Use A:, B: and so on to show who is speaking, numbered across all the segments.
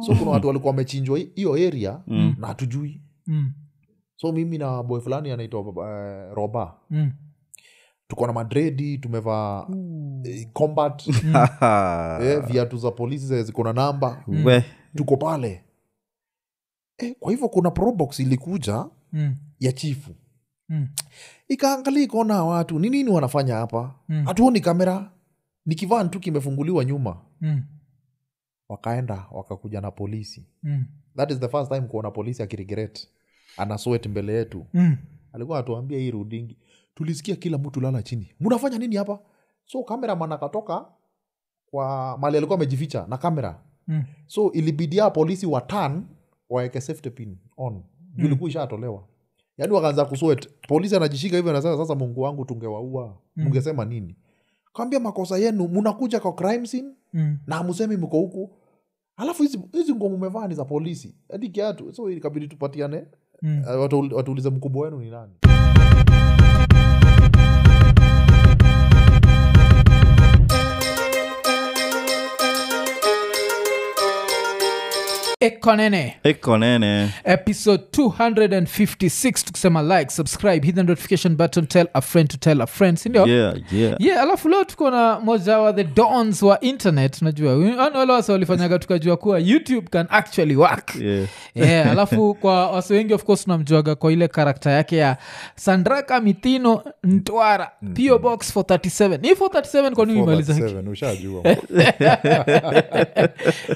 A: so kuna watu walikuwa wamechinjwa hi- hiyo area
B: Mm.
A: na hatujui
C: Mm.
A: so mimi na boy fulani anaitwa uh, roba
C: Mm.
A: tuko na madredi tumevaa eh, combat
B: Mm.
A: eh, viatu za polisi zenye ziko na namba
C: Mm.
B: we
A: tuko pale eh, kwa hivyo kuna probox ilikuja
C: Mm.
A: ya chifu
C: Mm.
A: ikaangalia ikaona hawa watu ni nini wanafanya hapa
C: Mm.
A: hatuoni kamera ni kivani tu kimefunguliwa nyuma
C: Mm.
A: wakaenda wakakuja na polisi
C: Mm.
A: that is the first time kuona polisi akirigret ana sweat mbele yetu
C: Mm.
A: alikuwa atuambia hii rudingi tulisikia kila mtu lala chini mnafanya nini hapa so kameraman akatoka kwa mali alikuwa amejificha na kamera
C: Mm.
A: so ilibidia polisi watan waeke safety pin on mm. ilikuwa ishatolewa yaani wakaanza kuswet polisi anajishika hivyo anasema sasa mungu wangu tungewaua
C: Mm.
A: mngesema nini kaambia makosa yenu mnakuja kwa crime scene
C: Mm.
A: na msemi mko huku alafu hizi hizi nguo mmevaa ni za polisi hadi kiatu so ikabidi tupatiane
C: Mm.
A: eh, watu- watuulize mkubwa wenu ni nani
C: ekonene
B: iko nene
C: episode 256 tukisema like subscribe hit the notification button tell a friend to tell a friend
B: Oh.
C: sindio
B: yeah, yeah.
C: yeah alafu leo tuko na moja wa the dons wa internet najua wale wase walifanyaga tukajua kuwa youtube can actually work
B: Yeah.
C: yeah, alafu kwa wase wengi of course tunamjuaga kwa ile karakta yake ya sandraka mithino ntwara
B: Mm,
C: po box 437 hii 437 kwa nini imaliza
A: 437, ushajua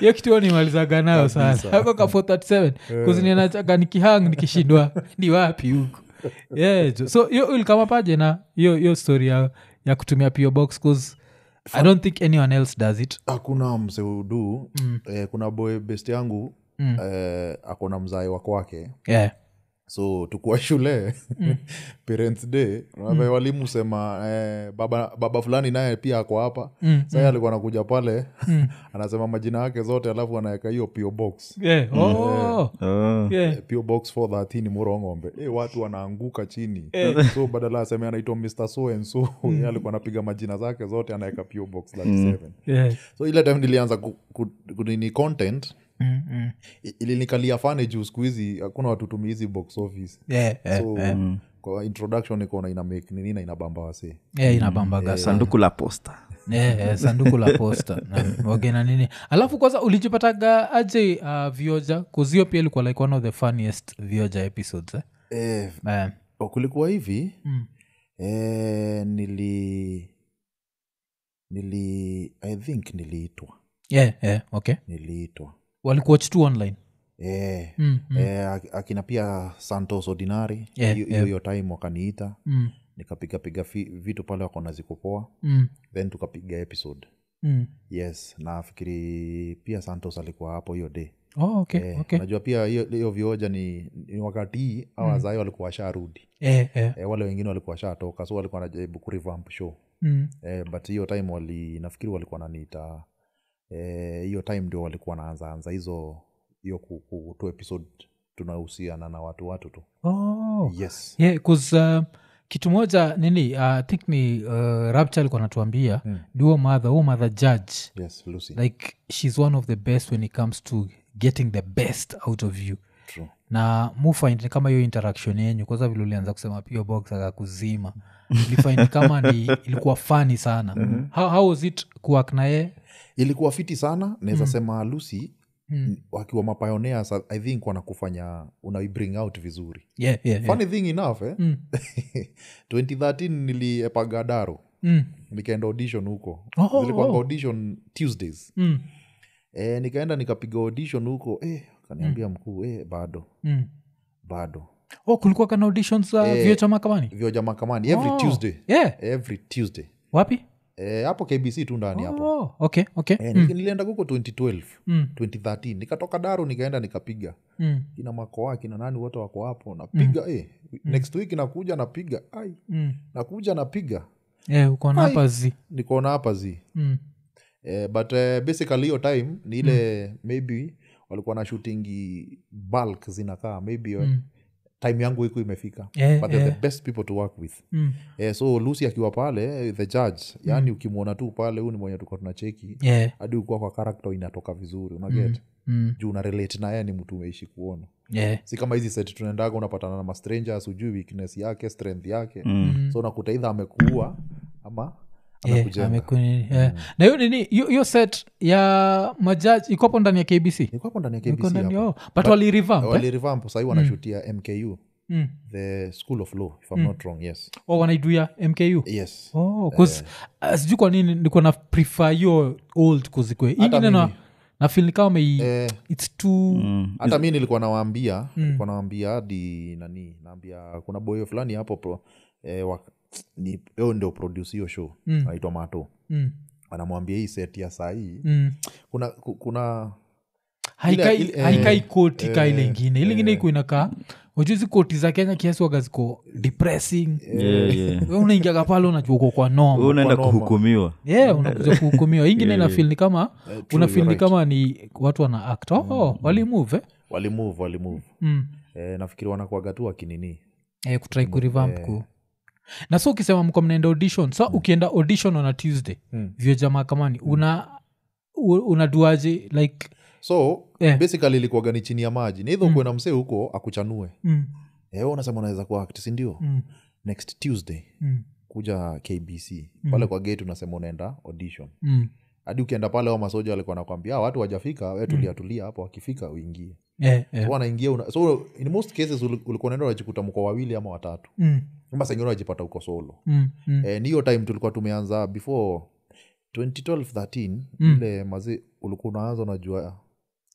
C: hiyo kitu huwa nimalizaga nayo sana ako ka 437 kuzininachaga nikihang nikishindwa ni wapi huku yeah, jo. so hiyo ulikamapaje na hiyo hiyo story ya, ya kutumia po box bcause i don't think anyone else does it
A: hakuna mseudu mm. eh, kuna boy best yangu mm. eh, akona mzae wa kwake
C: yeah.
A: so tukuwa shule parents day mm. walimu sema eh, baba, baba fulani naye pia ako hapa mm. sai alikuwa anakuja pale mm. anasema majina yake zote alafu anaweka hiyo pio box
C: Yeah. Oh.
B: Oh.
C: Yeah.
A: pio box 413 murongombe e, watu wanaanguka chini so badala aseme anaitwa mr so and so yeye alikuwa anapiga majina zake zote anaweka pio box 37
C: Yeah.
A: so ile time nilianza ku- ku- kunini content mm. i- ilinikalia fane juu siku hizi hakuna watu tumia hizi box office
C: Yeah. Yeah.
A: so kwa introduction ikaona ina make nini na inabamba wase
C: mm, Yeah, inabambaga sana
B: sanduku la posta
C: yeah, yeah, sanduku la posta na wagena nini alafu kwanza ulijipataga aje uh, vioja kuzio pia ilikuwa like one of the funniest vioja episodes eh?
A: eh,
C: Eh,
A: kulikuwa hivi
C: mm,
A: eh, nili nili i think niliitwa
C: yeah, yeah, okay
A: niliitwa
C: walikuwach tu online
A: eh,
C: mm, mm,
A: eh, ak- akina pia santos ordinary
C: Yeah,
A: hiyo
C: yeah.
A: hiyo time wakaniita
C: mm,
A: nikapigapiga fi- vitu pale wakona zikupoa
C: mm,
A: then tukapiga episode
C: mm.
A: yes nafikiri pia santos alikuwa hapo hiyo day
C: Oh, okay,
A: Eh,
C: okay. Mm.
A: unajua pia hiyo hiyo vioja ni, ni wakati hii au wazae walikuwa washarudi
C: Eh, eh,
A: eh, wale wengine walikuwa washatoka so walikuwa wanajaribu kurevamp show
C: mm,
A: eh, but hiyo time wali nafikiri walikuwa naniita eh, hiyo time ndio walikuwa naanzaanza hizo hiyo ku- ku- tu episode tunahusiana na watu watu tu
C: oh.
A: yes
C: Yeah, 'cause, uh, kitu moja nini uh, I think ni uh, rapture alikuwa anatuambia
A: Mm.
C: duo mother huo mother judge
A: yes lucy
C: like she's one of the best when it comes to getting the best out of you
A: true
C: na mufind ni kama hiyo interaction yenyu kwanza vile ulianza kusema pio box akakuzima ulifind kama ni ilikuwa fani sana mm-hmm. how, how was it kuwak naye
A: ilikuwa fiti sana naweza mm. sema lucy
C: Mm.
A: wakiwa mapionea i think wanakufanya unaibring out vizuri
C: yeah, yeah, yeah.
A: funny thing enough eh?
C: Mm.
A: 2013 niliepaga daro
C: Mm.
A: nikaenda audition huko
C: Oh, oh,
A: zilikuwanga
C: oh.
A: audition tuesdays
C: Mm.
A: e, nikaenda nikapiga audition huko eh, kaniambia
C: Hmm.
A: mkuu eh, bado
C: Mm.
A: bado
C: oh kulikuwa kana auditions za
A: Eh.
C: yeah. vio cha mahakamani
A: vioja mahakamani every
C: Oh,
A: tuesday
C: yeah.
A: every tuesday
C: wapi
A: Eh, hapo kbc tu ndani hapo
C: oh, okay okay
A: Eh,
C: mm.
A: nika- nilienda huko 2012
C: Mm.
A: 2013 nikatoka daro nikaenda nikapiga
C: Mm.
A: kina makoa kina nani wote wako hapo napiga
C: Hmm.
A: eh, next week nakuja napiga ai
C: Mm.
A: nakuja napiga
C: yeah, uko na
A: Ai.
C: hapa zi
A: nikaona hapa zi
C: mm.
A: eh, but eh, basically hiyo time ni
C: Hmm. Hmm.
A: ile mm. maybe walikuwa na shooting bulk zinakaa maybe mm. time yangu iko imefika
C: Yeah,
A: but they're
C: yeah.
A: the best people to work with
C: Mm.
A: eh, so lucy akiwa pale eh, the judge yaani ukimwona tu pale huu ni mwenye tuka tunacheki
C: Yeah.
A: hadi ukuwa kwa karakta inatoka vizuri unaget
C: Mm.
A: juu una relate na yeye ni mtu umeishi kuona
C: Yeah.
A: si kama hizi set tunaendaga unapatana na mastrangers ujui weakness yake strength yake
B: Mm.
A: so unakuta idha amekuua ama
C: Yeah,
A: amekujenga yeah,
C: amekuni-
A: Mm.
C: yeah. na hiyo nini hiyo hiyo set ya majaji ikopo ndani ya kbc
A: nikwapo ndani ya
C: iko
A: kbc
C: ndani
A: hapa.
C: yao but walirevamp eh?
A: walirevamp sahii wanashutia mku
C: Mm.
A: the school of law if i'm not wrong yes
C: Oh, wanaiduya mku
A: yes
C: Oh,
A: Eh.
C: 'cause, uh, sijui kwa nini nilikuwa na prefer hiyo old kuzikwe ingine na
A: mimi.
C: na feel ni kama mei
A: Eh,
C: its too
B: Mm.
A: hata mi nilikuwa nawaambia
C: Hmm.
A: nilikuwa nawaambia hadi nani naambia kuna boyo fulani hapo pro, eh, wa, ni yo ndio produce hiyo show
C: Mm.
A: anaitwa mato
C: mm,
A: anamwambia hii set ya sahii
C: mm.
A: kuna ku- kuna
C: haikai
A: ile- eh,
C: haikai koti ka ile
A: eh,
C: ingine ile ingine iko inakaa wajuzi koti za kenya kiasi waga ziko depressing
B: Yeah, yeah.
C: we unaingiaga pale unajua uko kwa
B: Wewe
C: noma
B: unaenda
A: Kwa noma.
B: kuhukumiwa
C: yeah unakuja kuhukumiwa ingine inafil ni kama unafil ni
A: eh, right. Mm.
C: kama ni watu wana act oh, oh, walimove eh?
A: walimove walimove
C: mm.
A: eh, nafikiri wanakuaga tu wakinini
C: eh, kutrai kurevamp ku na so ukisema mko mnaenda audition so ukienda audition on a tuesday
A: Mm.
C: vyo jamaa kamani una u- unaduaje like
A: so
C: Eh.
A: yeah. basically ilikuwaga ni chini ya maji naidha
C: Hmm.
A: mm. na msee huko akuchanue
C: mm,
A: eh, wewe unasema unaweza kuact sindio
C: mm,
A: next tuesday
C: mm,
A: kuja kbc
C: Hmm.
A: pale kwa gate unasema unaenda audition
C: mm.
A: hadi ukienda pale wa masoja walikuwa nakwambia "Ah, watu wajafika we
C: Mm.
A: tulia tulia hapo wakifika uingie
C: Eh, eh.
A: yeah. wanaingia una, so in most cases uli- ulikuwa naenda unajikuta mko wawili ama watatu
C: Mm,
A: ama sengine unajipata uko solo
C: mm, mm,
A: Eh, ni hiyo time tulikuwa tumeanza before 2012 13
C: Mm.
A: ile mazi ulikuwa unaanza unajua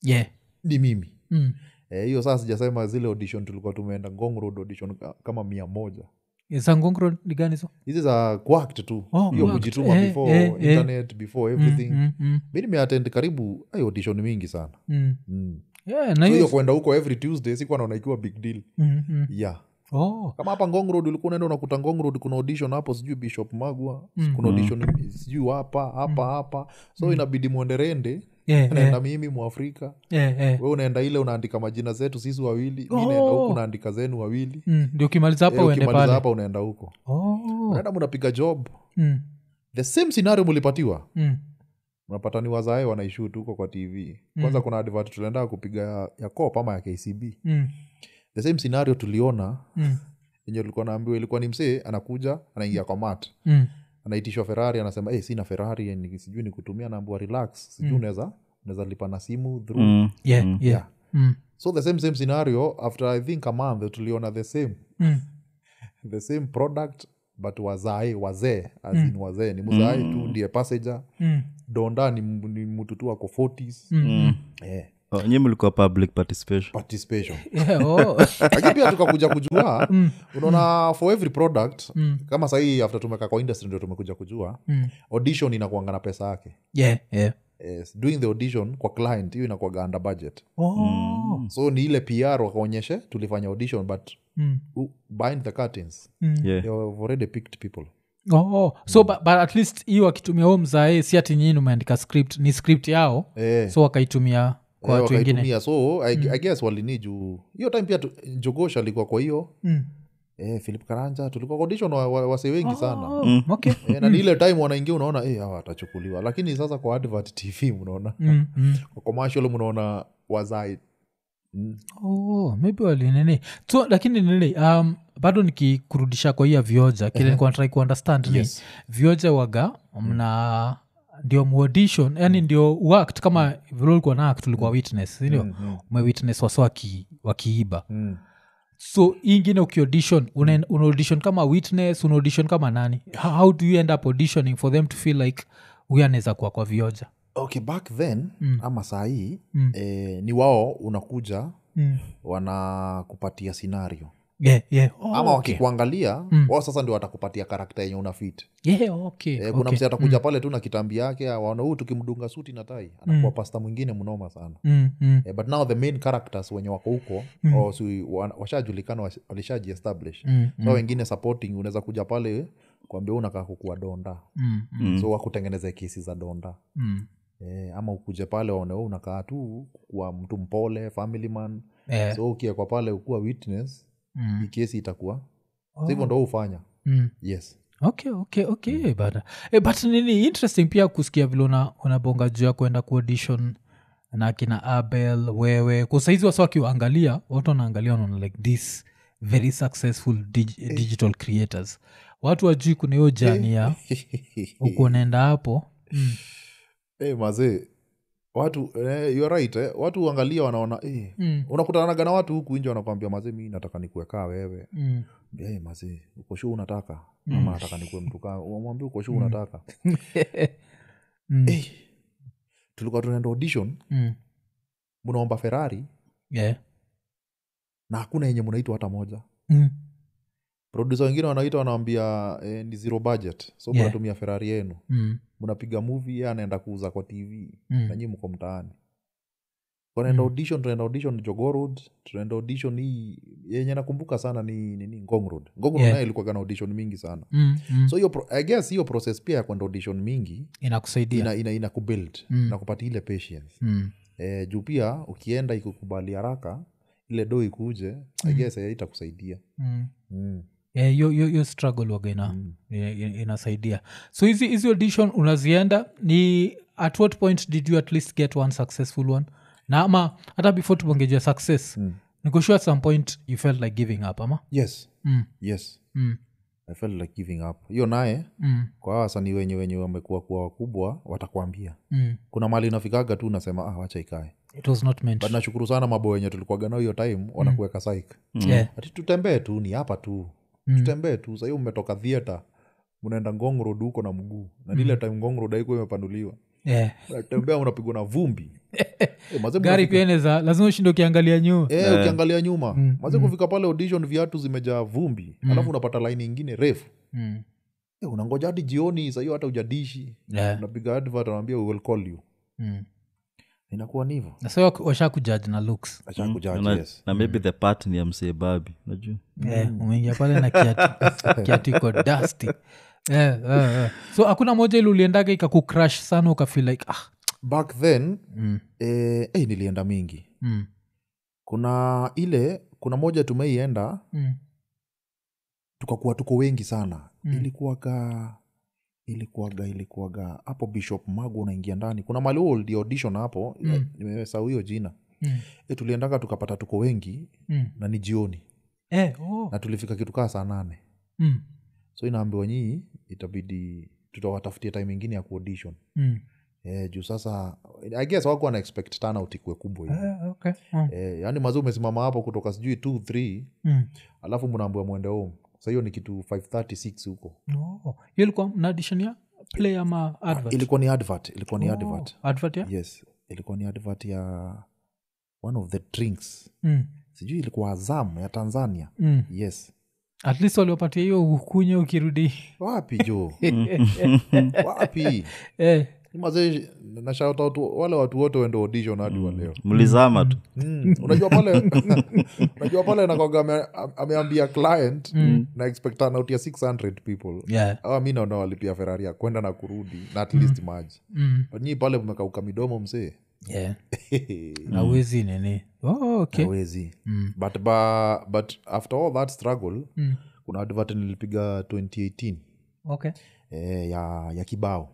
C: yeah,
A: ni mimi
C: mm.
A: Eh, hiyo saa sijasema zile audition tulikuwa tumeenda ngong road audition ka- kama mia moja
C: za ngongro ni gani hizo?
A: hizi za kuact tu
C: Oh,
A: hiyo
C: kuact.
A: kujituma
C: Eh,
A: before
C: eh, eh.
A: internet before
C: Mm,
A: everything
C: mm, mm,
A: mi nimeatend karibu ay audition mingi sana
C: mm.
A: mm.
C: Yeah, na
A: So hiyo
C: hiyo-
A: kuenda huko every tuesday sikuwa naona ikiwa big deal
C: Mm, mm.
A: yeah
C: Oh,
A: kama hapa ngong road ulikuwa unaenda unakuta ngong road kuna audition hapo sijui bishop magwa
C: Mm.
A: kuna audition sijui hapa hapa hapa so inabidi mwenderende
C: yeah,
A: naenda
C: yeah,
A: mimi mwafrika
C: yeah, yeah.
A: we unaenda ile unaandika majina zetu sisi wawili mi
C: Oh.
A: naenda huku unaandika zenu wawili
C: Mm, ndio ukimaliza hapa
A: Eh,
C: uende
A: ukimaliza
C: pale
A: hapa unaenda huko
C: Oh,
A: unaenda mnapiga job
C: mm,
A: the same scenario mlipatiwa
C: mm.
A: mnapata ni wazae wanaishut huko kwa tv kwanza kuna advert tulienda kupiga ya, ya cop ama ya kcb
C: Mm,
A: the same scenario tuliona
C: mm,
A: yenye tulikuwa naambiwa ilikuwa ni msee anakuja anaingia kwa mat
C: mm,
A: anaitishwa ferrari anasema hey, sina ferrari yaani ni- sijui ni kutumia naambua
C: Mm.
A: relax sijui unaweza unaweza lipa na simu through
B: Mm.
C: yeah, yeah.
A: Yeah.
C: Mm,
A: so the same same scenario after i think a month tuliona the same
C: mm,
A: the same product but wazae wazee as in wazee ni mzae tu ndiye passenger
C: mm,
A: donda ni, m- ni mtutu ako 40s
C: mm, mm.
A: eh,
B: Oh, nyinyi mlikuwa public participation
A: participation
C: Yeah, oh.
A: lakini pia tukakuja kujua
C: Mm.
A: unaona for every product kama sahii after tumeka kwa industry ndio tumekuja kujua
C: Mm.
A: audition inakuanga na pesa yake
C: Yeah, yeah.
A: yes, doing the audition kwa client hiyo inakuaga under budget
C: Oh.
A: so ni ile pr wakaonyeshe tulifanya audition but
C: Mm,
A: u- behind the curtains
C: mm.
B: yeah.
A: they have already picked people
C: oh, so but, but at least hiyo akitumia huo mzae si ati nyini umeandika script ni script yao
A: eh,
C: so wakaitumia kwa
A: eh,
C: watu wengine Mm.
A: wakaitumia. so I, I guess walini juu hiyo time pia tu- jogosha alikuwa kwa hiyo
C: Mm.
A: eh, philip karanja tulikuwa kwa audition wa, wa, wase wengi sana
C: Oh, okay.
A: Eh, na ni ile time wanaingia unaona eh, hawa watachukuliwa lakini sasa kwa advert tv mnaona
C: Mm, mm.
A: kwa commercial mnaona wazai mm.
C: Oh, maybe walinini so lakini nini um, bado nikikurudisha kwa hiya vioja kile nikuwa natrai kuundestand
A: Yes.
C: ni vioja waga mna ndio muaudition yani ndio uact kama vile ulikuwa na act ulikuwa witness sindio umewitness wase waki- wakiiba
A: Mm.
C: so hii ingine ukiaudition una unaaudition kama witness unaaudition kama nani How- how do you end up auditioning for them to feel like huyu anaweza kuwa kwa vioja
A: okay back then
C: Mm.
A: ama sahii
C: Mm.
A: eh, ni wao unakuja
C: mm.
A: wanakupatia sinario
C: yeah, yeah. Oh,
A: ama
C: okay.
A: wakikuangalia
C: Mm.
A: wao sasa ndio watakupatia karakta yenye unafit
C: yeah, okay,
A: eh, kuna
C: okay. Mm.
A: msi atakuja pale tu na kitambi yake waona huu tukimdunga suti na tai anakuwa pasta mwingine mnoma sana
C: Mm, mm,
A: eh, but now the main characters wenye wako huko mm. or si, wa- washajulikana wash- walishajiestablish
C: mm,
A: so wengine supporting unaweza kuja pale kuambia "Wewe unakaa kukua donda
C: mm, mm,
B: Mm.
A: so wakutengeneze kesi za donda
C: mm.
A: eh, ama ukuje pale waone "Wewe unakaa tu kuwa mtu mpole family man
C: Eh,
A: so ukiekwa pale ukuwa witness
C: Mm.
A: hii kesi itakuwa oh. hivyo ndo hufanya
C: Mm.
A: yes
C: okay okay okay bana e, but nini interesting pia kusikia vile una- unabonga juu ya kwenda kuaudition na kina abel wewe kusaizi wasa wakiwaangalia watu wanaangalia wanaona like this very successful dig- digital creators watu wajui kuna hiyo jani
A: Eh.
C: ya huku unaenda hapo mm.
A: hey, Eh, mazee watu eh, you are right eh, watu huangalia wanaona eh,
C: Mm.
A: unakutanaga na watu huku nje wanakwambia mazee mi nataka nikuekaa wewe
C: Mm.
A: hey, mazee uko shu unataka ama nataka nikue mtu kaa unamwambia uko shu unataka
C: Mm.
A: Eh, tulikuwa tunaenda audition
C: Mm.
A: mnaomba ferari
C: Yeah.
A: na hakuna yenye mnaitwa hata moja
C: Mm.
A: produsa wengine wanaita wanawambia eh, ni zero budget so
C: Yeah.
A: mnatumia ferari yenu
C: Mm.
A: mnapiga muvi ye anaenda kuuza kwa tv
C: Mm.
A: na nyii mko mtaani tunaenda
C: Mm.
A: audition tunaenda audition Jogoo road tunaenda audition hii yenye nakumbuka sana ni nini ngong road ngong road
C: Yeah.
A: nayo ilikuwa na audition mingi sana
C: Mm. Mm.
A: so hiyo pro- i guess hiyo process pia ya kwenda audition mingi
C: inakusaidia
A: ina, ina, ina kubuild
C: Mm.
A: na kupata ile patience
C: Mm.
A: e, juu pia ukienda ikukubali haraka ile do ikuje i guess eh, itakusaidia
C: Mm.
A: mm.
C: Eh, hiyo- hiyo hiyo struggle waga ina-
A: Mm.
C: ina- ina- inasaidia so hizi hizi audition unazienda ni at what point did you at least get one successful one na ama hata before tubongejua success
A: Mm.
C: nikoshua at some point you felt like giving up ama
A: yes
C: mm,
A: yes
C: mm,
A: i felt like giving up hiyo naye
C: mm,
A: kwa hawa wasanii wenye wenye wamekuwa kuwa wakubwa watakwambia
C: mm.
A: kuna mali unafikaga tu unasema ah, wacha ikae
C: it was not meant
A: but nashukuru sana mabo wenye tulikuwaga nao hiyo
C: Mm.
A: time wanakuweka saik
C: yeah.
A: ati tutembee tu ni hapa tu
C: Mm.
A: tutembee tu sahii umetoka theatre mnaenda ngong road huko na mguu na nile
C: Mm.
A: time ngong road haikuwa imepanuliwa
C: yeah.
A: natembea unapigwa na vumbi Eh, mazee
C: eh. gari
A: mnafika-
C: pia Mm, inaweza lazima ushinde ukiangalia nyuma
A: Eh, ukiangalia nyuma maze kufika pale audition viatu zimejaa vumbi alafu unapata laini ingine refu
C: mm.
A: Eh, unangoja hadi jioni sahiyo hata ujadishi
C: yeah.
A: unapiga advert anaambia we will call you
C: Eh, mm.
A: inakuwa nivo
C: na so washa kujaji na looks
B: na,
A: achakujaji yes
B: Mm. na maybe the part ni ya msee babi unajua
A: Mm.
C: Eh, umeingia pale na kiatu- kiatu iko dusty Eh, eh, eh. so hakuna moja ili uliendaga ikakucrash sana ukafeel like ah,
A: back then
C: mm,
A: eh, eh, nilienda mingi
C: mm,
A: kuna ile kuna moja tumeienda
C: mm,
A: tukakuwa tuko wengi sana
C: Mm.
A: mm. ilikuwaga ilikuwaga ilikuwaga hapo bishop magu unaingia ndani kuna mali huo uldi audition hapo
C: Mm.
A: mm. nimesahau hiyo jina
C: mm,
A: e, tuliendaga tukapata tuko wengi
C: mm.
A: na ni jioni
C: Eh, oh,
A: na tulifika kitu kaa saa nane
C: mm,
A: so inaambiwa nyii itabidi tutawatafutia time ingine ya kuaudition
C: mm.
A: e, juu sasa i guess wako wana expect turnout ikuwe kubwa hivi
C: Eh, okay, mm,
A: e, yaani mazi umesimama hapo kutoka sijui t th
C: mm.
A: alafu mnaambiwa mwende home sa hiyo ni kitu 536 huko
C: Oh, hiyo ilikuwa mna audition ya play ama advert?
A: ilikuwa ni advert ilikuwa ni
C: Oh,
A: advert
C: advert ya?
A: yes ilikuwa ni advert ya one of the drinks
C: Mm,
A: sijui ilikuwa azam ya tanzania
C: mm.
A: yes
C: at least waliopatia hiyo ukunya ukirudi
A: wapi jo wapi
C: Eh,
A: mazee nashaut out wale watu wote wende audition hadi wa leo
B: mlizama tu
A: Mm, unajua pale unajua pale nakwaga ame, ameambia client mm. na expect turnout ya 600 people
C: yeah.
A: awa mi naona walipia ferari ya kwenda na kurudi na at least maji
C: mm,
A: But nyii pale mmekauka midomo msee
C: yeah. na
A: Mm.
C: uwezi nini oh, okay.
A: awezi but, ba, but after all that struggle
C: Mm,
A: kuna advert nilipiga 2018
C: okay.
A: eh, ya, ya kibao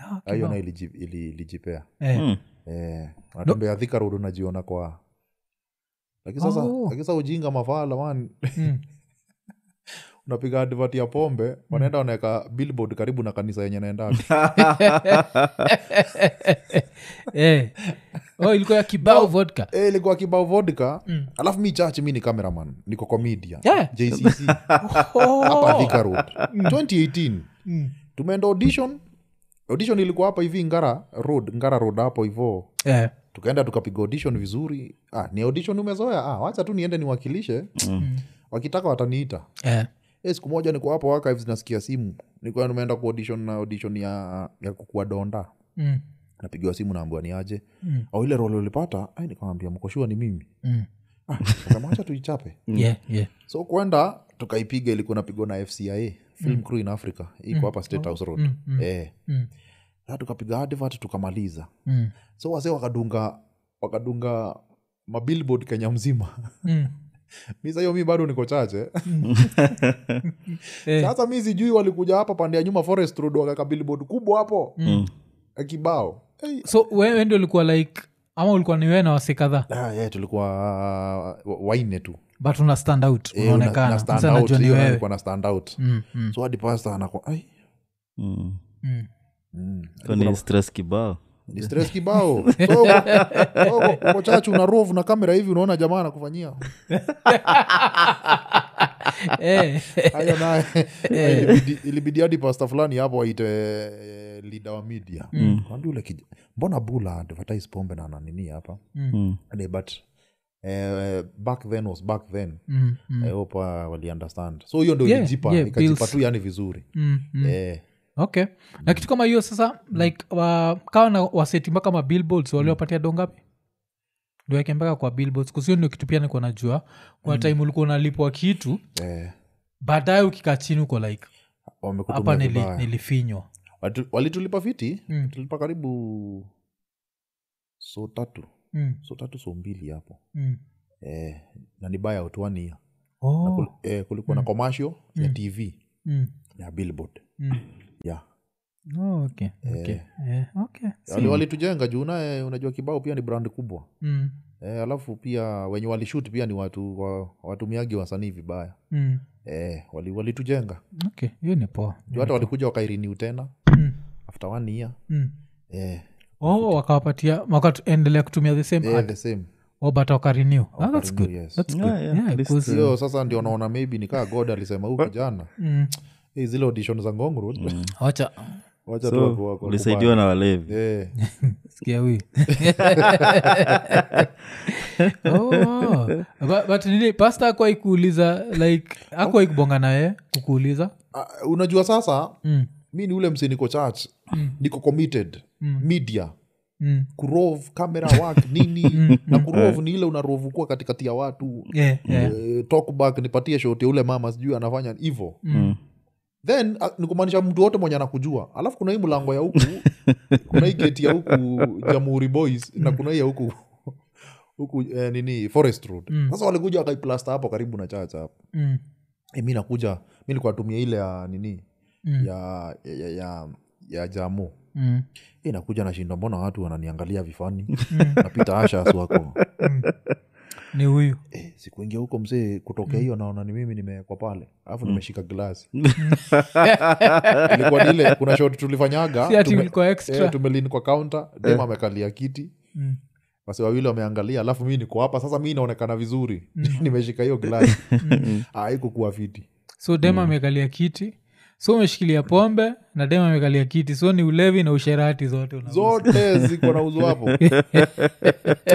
C: Ah, okay,
A: hiyo
C: wow.
A: na iliji- ili- ilijipea
C: Eh,
B: Mm.
A: eh, natembea Thika Road unajiona kwa lakini sasa
C: Oh.
A: lakini sasa ujinga mafala man
C: mm.
A: unapiga advert ya pombe wanaenda wanaweka billboard karibu na kanisa yenye naendaga
C: Eh. Oh, ilikuwa ya kibao vodka
A: Eh, ilikuwa kibao vodka alafu mi church mi ni cameraman niko komedia
C: Yeah. Oh.
A: jcc hapa Thika Road 2018
C: Mm.
A: tumeenda audition audition ilikuwa hapa hivi ngara road ngara road hapo hivo
C: Eh.
A: tukaenda tukapiga audition vizuri ah, ni audition umezoea ah, wacha tu niende niwakilishe wakitaka wataniita
C: Eh.
A: e, siku moja niko hapo archives nasikia simu nikuwa nimeenda kuaudition na audition ya, ya kukua donda
C: Mm.
A: napigiwa simu naambiwa ni aje
C: Mm.
A: au ile role ulipata ai nikawambia mkoshua ni mimi
C: Mm.
A: ah, nikasema, wacha tuichape
C: Yeah, yeah.
A: so kwenda tukaipiga ilikuwa napigwa na fcia film crew in africa iko hapa state house road
C: Mm, mm,
A: eh.
C: mm.
A: Sasa tukapiga advert tukamaliza
C: Mm.
A: so wase wakadunga wakadunga mabillboard kenya mzima
C: Mm.
A: mi sahiyo mi bado niko chache
C: Eh,
A: sasa mi sijui walikuja hapa pande ya nyuma forest road wakaweka billboard kubwa hapo
B: Mm.
A: ya kibao Eh, hey.
C: so wewe ndio ulikuwa like ama ulikuwa ni wewe na wase kadhaa
A: ah, yeah, tulikuwa uh, waine tu
C: but una stand out
A: Eh, una-
C: unaonekana
A: na stand
C: Msa
A: out,
C: anajua ni
A: hiyo nayo
C: wewe
A: ilikuwa na stand out
C: Mm, mm,
A: so hadi pasta anakuwa ai
B: Mm.
C: mm.
A: mm.
B: Kwa ni stress kibao
A: Ni stress kibao So, uko- uko- uko chachu una rov na kamera hivi unaona jamaa anakufanyia
C: Eh,
A: hayo naye ilibidi- ilibidi hadi pasta fulani hapo aite eh, leader wa media
C: Mm.
A: Kwambia yule kija- mbona bula advertise pombe na nanini hapa
B: Mm.
A: Ade, but eh, back then was back then
C: mm, mm,
A: I hope, uh, waliunderstand so hiyo ndio
C: Yeah,
A: ilijipa
C: yeah,
A: ikajipa
C: bills.
A: tu yani vizuri
C: mm, mm.
A: eh,
C: okay
A: Mm.
C: na kitu kama hiyo sasa like wa, kawa na wasetimba kama billboards
A: Mm.
C: waliopatia dongapi ndiweke mpaka kwa billboards kusio ndio kitu pia nikuwa najua kuna time ulikuwa unalipwa kitu
A: Mm. eh,
C: baadaye ukikaa chini uko like hapa
A: wamekutumia
C: nili,
A: vibaya.
C: nilifinywa
A: Watu- walitulipa fiti
C: Mm.
A: tulipa karibu so tatu
C: mm,
A: so tatu so mbili hapo
C: mm.
A: eh, na ni baya utuania
C: oh,
A: Kul, eh, kulikuwa na commercial ya tv
C: mm,
A: ya billboard
C: mm.
A: yeah.
C: Oh, okay, okay, eh, okay.
A: Wali- Yaani walitujenga juu naye unajua kibao pia ni brand kubwa
C: Mm,
A: eh, alafu pia wenye walishut pia ni watu wa- watumiagi wasanii vibaya
C: mm.
A: eh, wali- walitujenga wali
C: okay hiyo ni poa
A: juu hata walikuja wakairiniu tena
C: Mm,
A: after one year
C: mm.
A: eh,
C: oh wakawapatia wakaendelea kutumia the same
A: eh,
C: ad
A: the same
C: oh, but wakarenew Ah, that's
A: Wakarenew,
C: good
A: yes.
C: that's good
B: Yeah, yeah,
C: Yeah,
B: at least,
C: because-
A: hiyo sasa ndio naona maybe nikaa god alisema huu kijana
C: Mm.
A: hey, zile audition za ngong road
C: wacha
A: wacha tu waku-
B: Hmm. so
A: waku-
B: ulisaidiwa na walevi
A: Eh,
C: sikia huyu oh. but, but nini pasta akwa ikuuliza like akwa ikubonga naye kukuuliza
A: ah, unajua sasa
C: mm.
A: mi ni ule msi niko church
C: Hmm.
A: niko committed media
C: Mm.
A: kurov camera work nini na kurov ni ile unarovukua katikati ya watu
C: Yeah, yeah.
A: Eh, talk back nipatie shoti ya ule mama sijui anafanya hivo
C: Mm.
A: then ah, ni kumaanisha mtu wote mwenye anakujua alafu kuna hii mlango ya huku kuna hii geti ya huku jamhuri boys na kuna hii ya huku huku eh, nini forest road
C: Mm.
A: sasa walikuja wakaiplasta hapo karibu na chacha hapo
C: Mm.
A: e, mi nakuja mi nilikuwa natumia ile ya nini
C: Mm.
A: ya, ya, ya, ya jamu
C: Mm.
A: e, nakuja nashinda mbona watu wananiangalia vifani
C: Mm.
A: napita ashas wako
C: ni huyu
A: e, sikuingia huko mzee
C: Mm.
A: kutokea hiyo naona ni mimi nimewekwa pale alafu nimeshika glasi ilikuwa ni ile kuna shot tulifanyaga
C: si ati
A: tume-
C: ulikuwa
A: Eh,
C: extra Eh.
A: tumelin kwa kaunta dem amekalia kiti
C: Mm.
A: wasi wawili wameangalia alafu mi niko hapa sasa mi inaonekana vizuri
C: Mm.
A: nimeshika hiyo glasi haikukuwa fiti
C: so dem
A: Mm.
C: amekalia kiti so umeshikilia pombe na dem amekalia kiti so ni ulevi na usherati zote una-
A: zote ziko na uzo hapo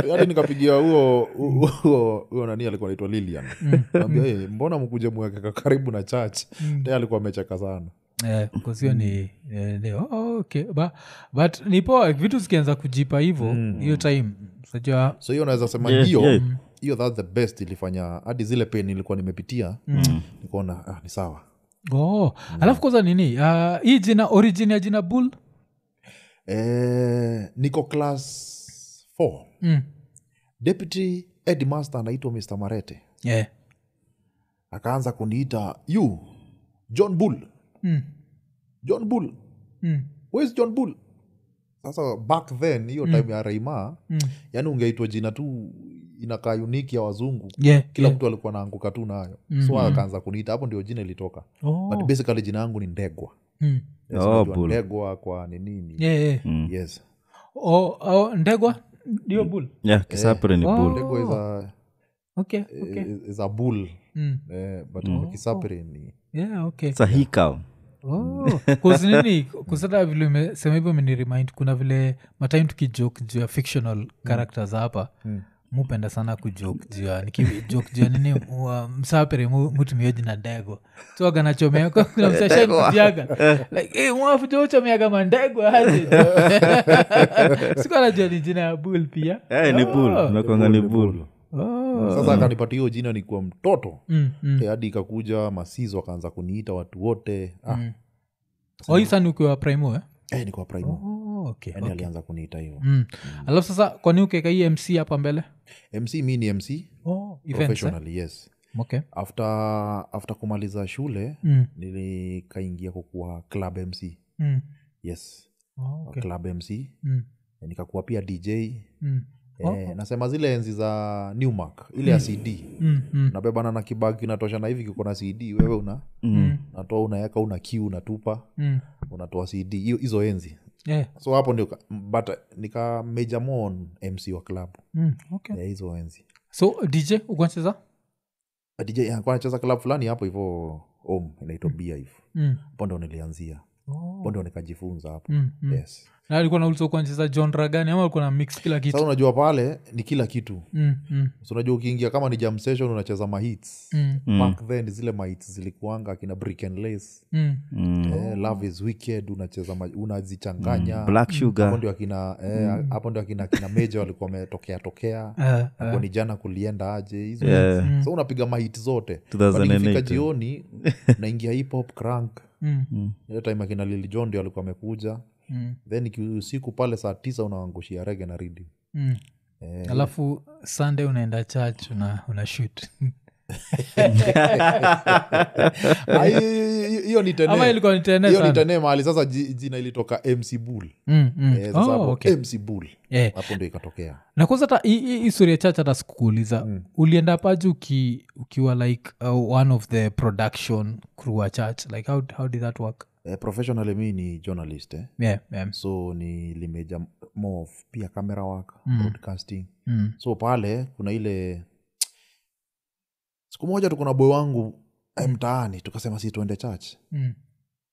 A: yaani nikapigia huo huo- huo huo nani alikuwa naitwa lilian ambia hey, mbona mkuje mwekeka karibu na church te alikuwa amecheka sana
C: Eh, because hiyo ni eh, ni- oh, oh, okay. Ba- but nipoa vitu zikianza kujipa hivo
A: Mm.
C: hiyo time sajua
A: so hiyo naweza sema
B: Yeah,
A: hiyo
B: yeah.
A: hiyo that the best ilifanya hadi zile pen ilikuwa nimepitia nikaona ah, ni sawa
C: oh. alafu kwanza nini ah, hii jina origin ya jina bull
A: eh, niko class 4
C: mm.
A: deputy headmaster anaitwa mr marete
C: yeah.
A: akaanza kuniita you john bull
C: mm.
A: john bull
C: Mm.
A: where's john bull sasa back then hiyo time ya reima
C: Mm.
A: yani ungeitwa jina tu inakaa uniki ya wazungu
C: Yeah.
A: kila
C: yeah.
A: mtu alikuwa naanguka tu nayo so akaanza kuniita hapo ndio jina ilitoka but
C: Oh.
A: basically jina yangu ni ndegwa
C: Mm.
A: Yes,
B: Oh,
A: unajua
B: Bull.
A: ndegwa kwa ni nini
C: Yeah, yeah.
A: yes
C: Oh, oh, ndegwa ndio bull
B: yeah, kisapre ni bull
A: ndegwa is a,
C: okay, Oh, okay.
A: is- is a bull
C: Mm.
A: eh, but kwa kisapere ni
C: Yeah, okay.
B: It's a hiccup.
C: Oh, 'cause nini kusata vile umesema hivyo umeniremind kuna vile matime tukijoke juu ya fictional characters hapa
A: Hmm.
C: mupenda sana kujoke juu ya nikijoke juu ya nini wa- msapere mu- mutumie jina dego tuaganachomea kuna msashaiaga like, hey, mwafuja uchomeaga mandego aje siku anajua ni jina ya bull pia
B: Eh, ni bull
C: Oh.
B: nakwanga ni bull
C: oh.
A: sasa akanipatia hiyo jina nikuwa mtoto
C: mm, mm.
A: Eh, hadi ikakuja masizo akaanza
C: Mm.
A: kuniita watu wote ah,
C: oh, hii sani ukiwa primo eh?
A: eh, nikuwa prime
C: oh, okay,
A: yani alianza kuniita hivo
C: Mm. alafu sasa kwani ukeka hii mc hapa mbele
A: mc mi ni mc
C: oh, events, eh?
A: professional yes
C: okay.
A: after after kumaliza shule
C: mm.
A: nilikaingia kukuwa club mc
C: Mm.
A: yes
C: Oh, okay.
A: club mc
C: Mm.
A: nikakuwa pia dj
C: Mm. Oh,
A: eh, nasema zile enzi za newmark ile ya cd
C: mm, mm,
A: nabebana na kibag kinatosha na hivi kiko na cd wewe una
B: Mm.
A: natoa unaweka una kiu unatupa
C: mm.
A: unatoa cd hiyo- hizo enzi
C: Yeah.
A: so hapo ndio ka- but nika major more on mc wa club
C: Mm. Okay.
A: ya hizo enzi
C: so dj ukuancheza
A: Na dj alikuwa ah, anacheza club fulani hapo hivo om inaitwa bia hivo
C: mm.
A: hapo ndo nilianzia
C: oh.
A: hapo ndo nikajifunza hapo
C: mm, mm.
A: yes
C: na alikuwa na ulizo kuancheza genre gani ama alikuwa na mix kila
A: sasa
C: kitu
A: unajua pale ni kila kitu
C: mm, mm,
A: so unajua ukiingia kama ni jam session unacheza mahits
C: mm,
B: Mm.
A: back then zile mahits zilikuanga akina brick and lace
C: mm.
B: Mm.
A: eh, love is wicked unacheza ma- unazichanganya
B: black
A: hapo
B: sugar
A: ndio akina
C: Mm.
A: eh, hapo ndio akina akina meja walikuwa wametokea tokea
C: Ah, ah.
A: hapo ni jana kulienda aje hizo
B: Yeah.
C: Mm.
A: so unapiga mahit zote
B: 2008.
A: But ikifika jioni naingia hip hop crank
C: Mm,
A: ile time akina Lil Jon ndio alikuwa amekuja
C: mm,
A: then iki- usiku pale saa tisa unaangushia rege na ridi
C: mm.
A: Eh.
C: alafu sunday unaenda church una, una shoot
A: Ah, hiyo- hiyo hiyo- hiyo ni
C: ama
A: tene
C: ilikuwa nitende
A: hiyo ni
C: sana
A: tene mahali sasa ji- jina ilitoka mc bull
C: Mm, mm.
A: Eh,
C: Oh,
A: sasa hapo
C: okay.
A: mc bull
C: Eh.
A: hapo ndio ikatokea
C: na kwanza hata hii- hii histori ya church hata sikukuuliza mm. ulienda paji uki, ukiwa like uh, one of the production crew wa church like how, how did that work
A: eh, professionally mi ni journalist eh?
C: yeah, yeah.
A: so ni limeja more of pia camera work broadcasting
C: Mm.
A: so pale kuna ile siku moja tuko na boy wangu eh, mtaani tukasema si tuende church
C: Mm.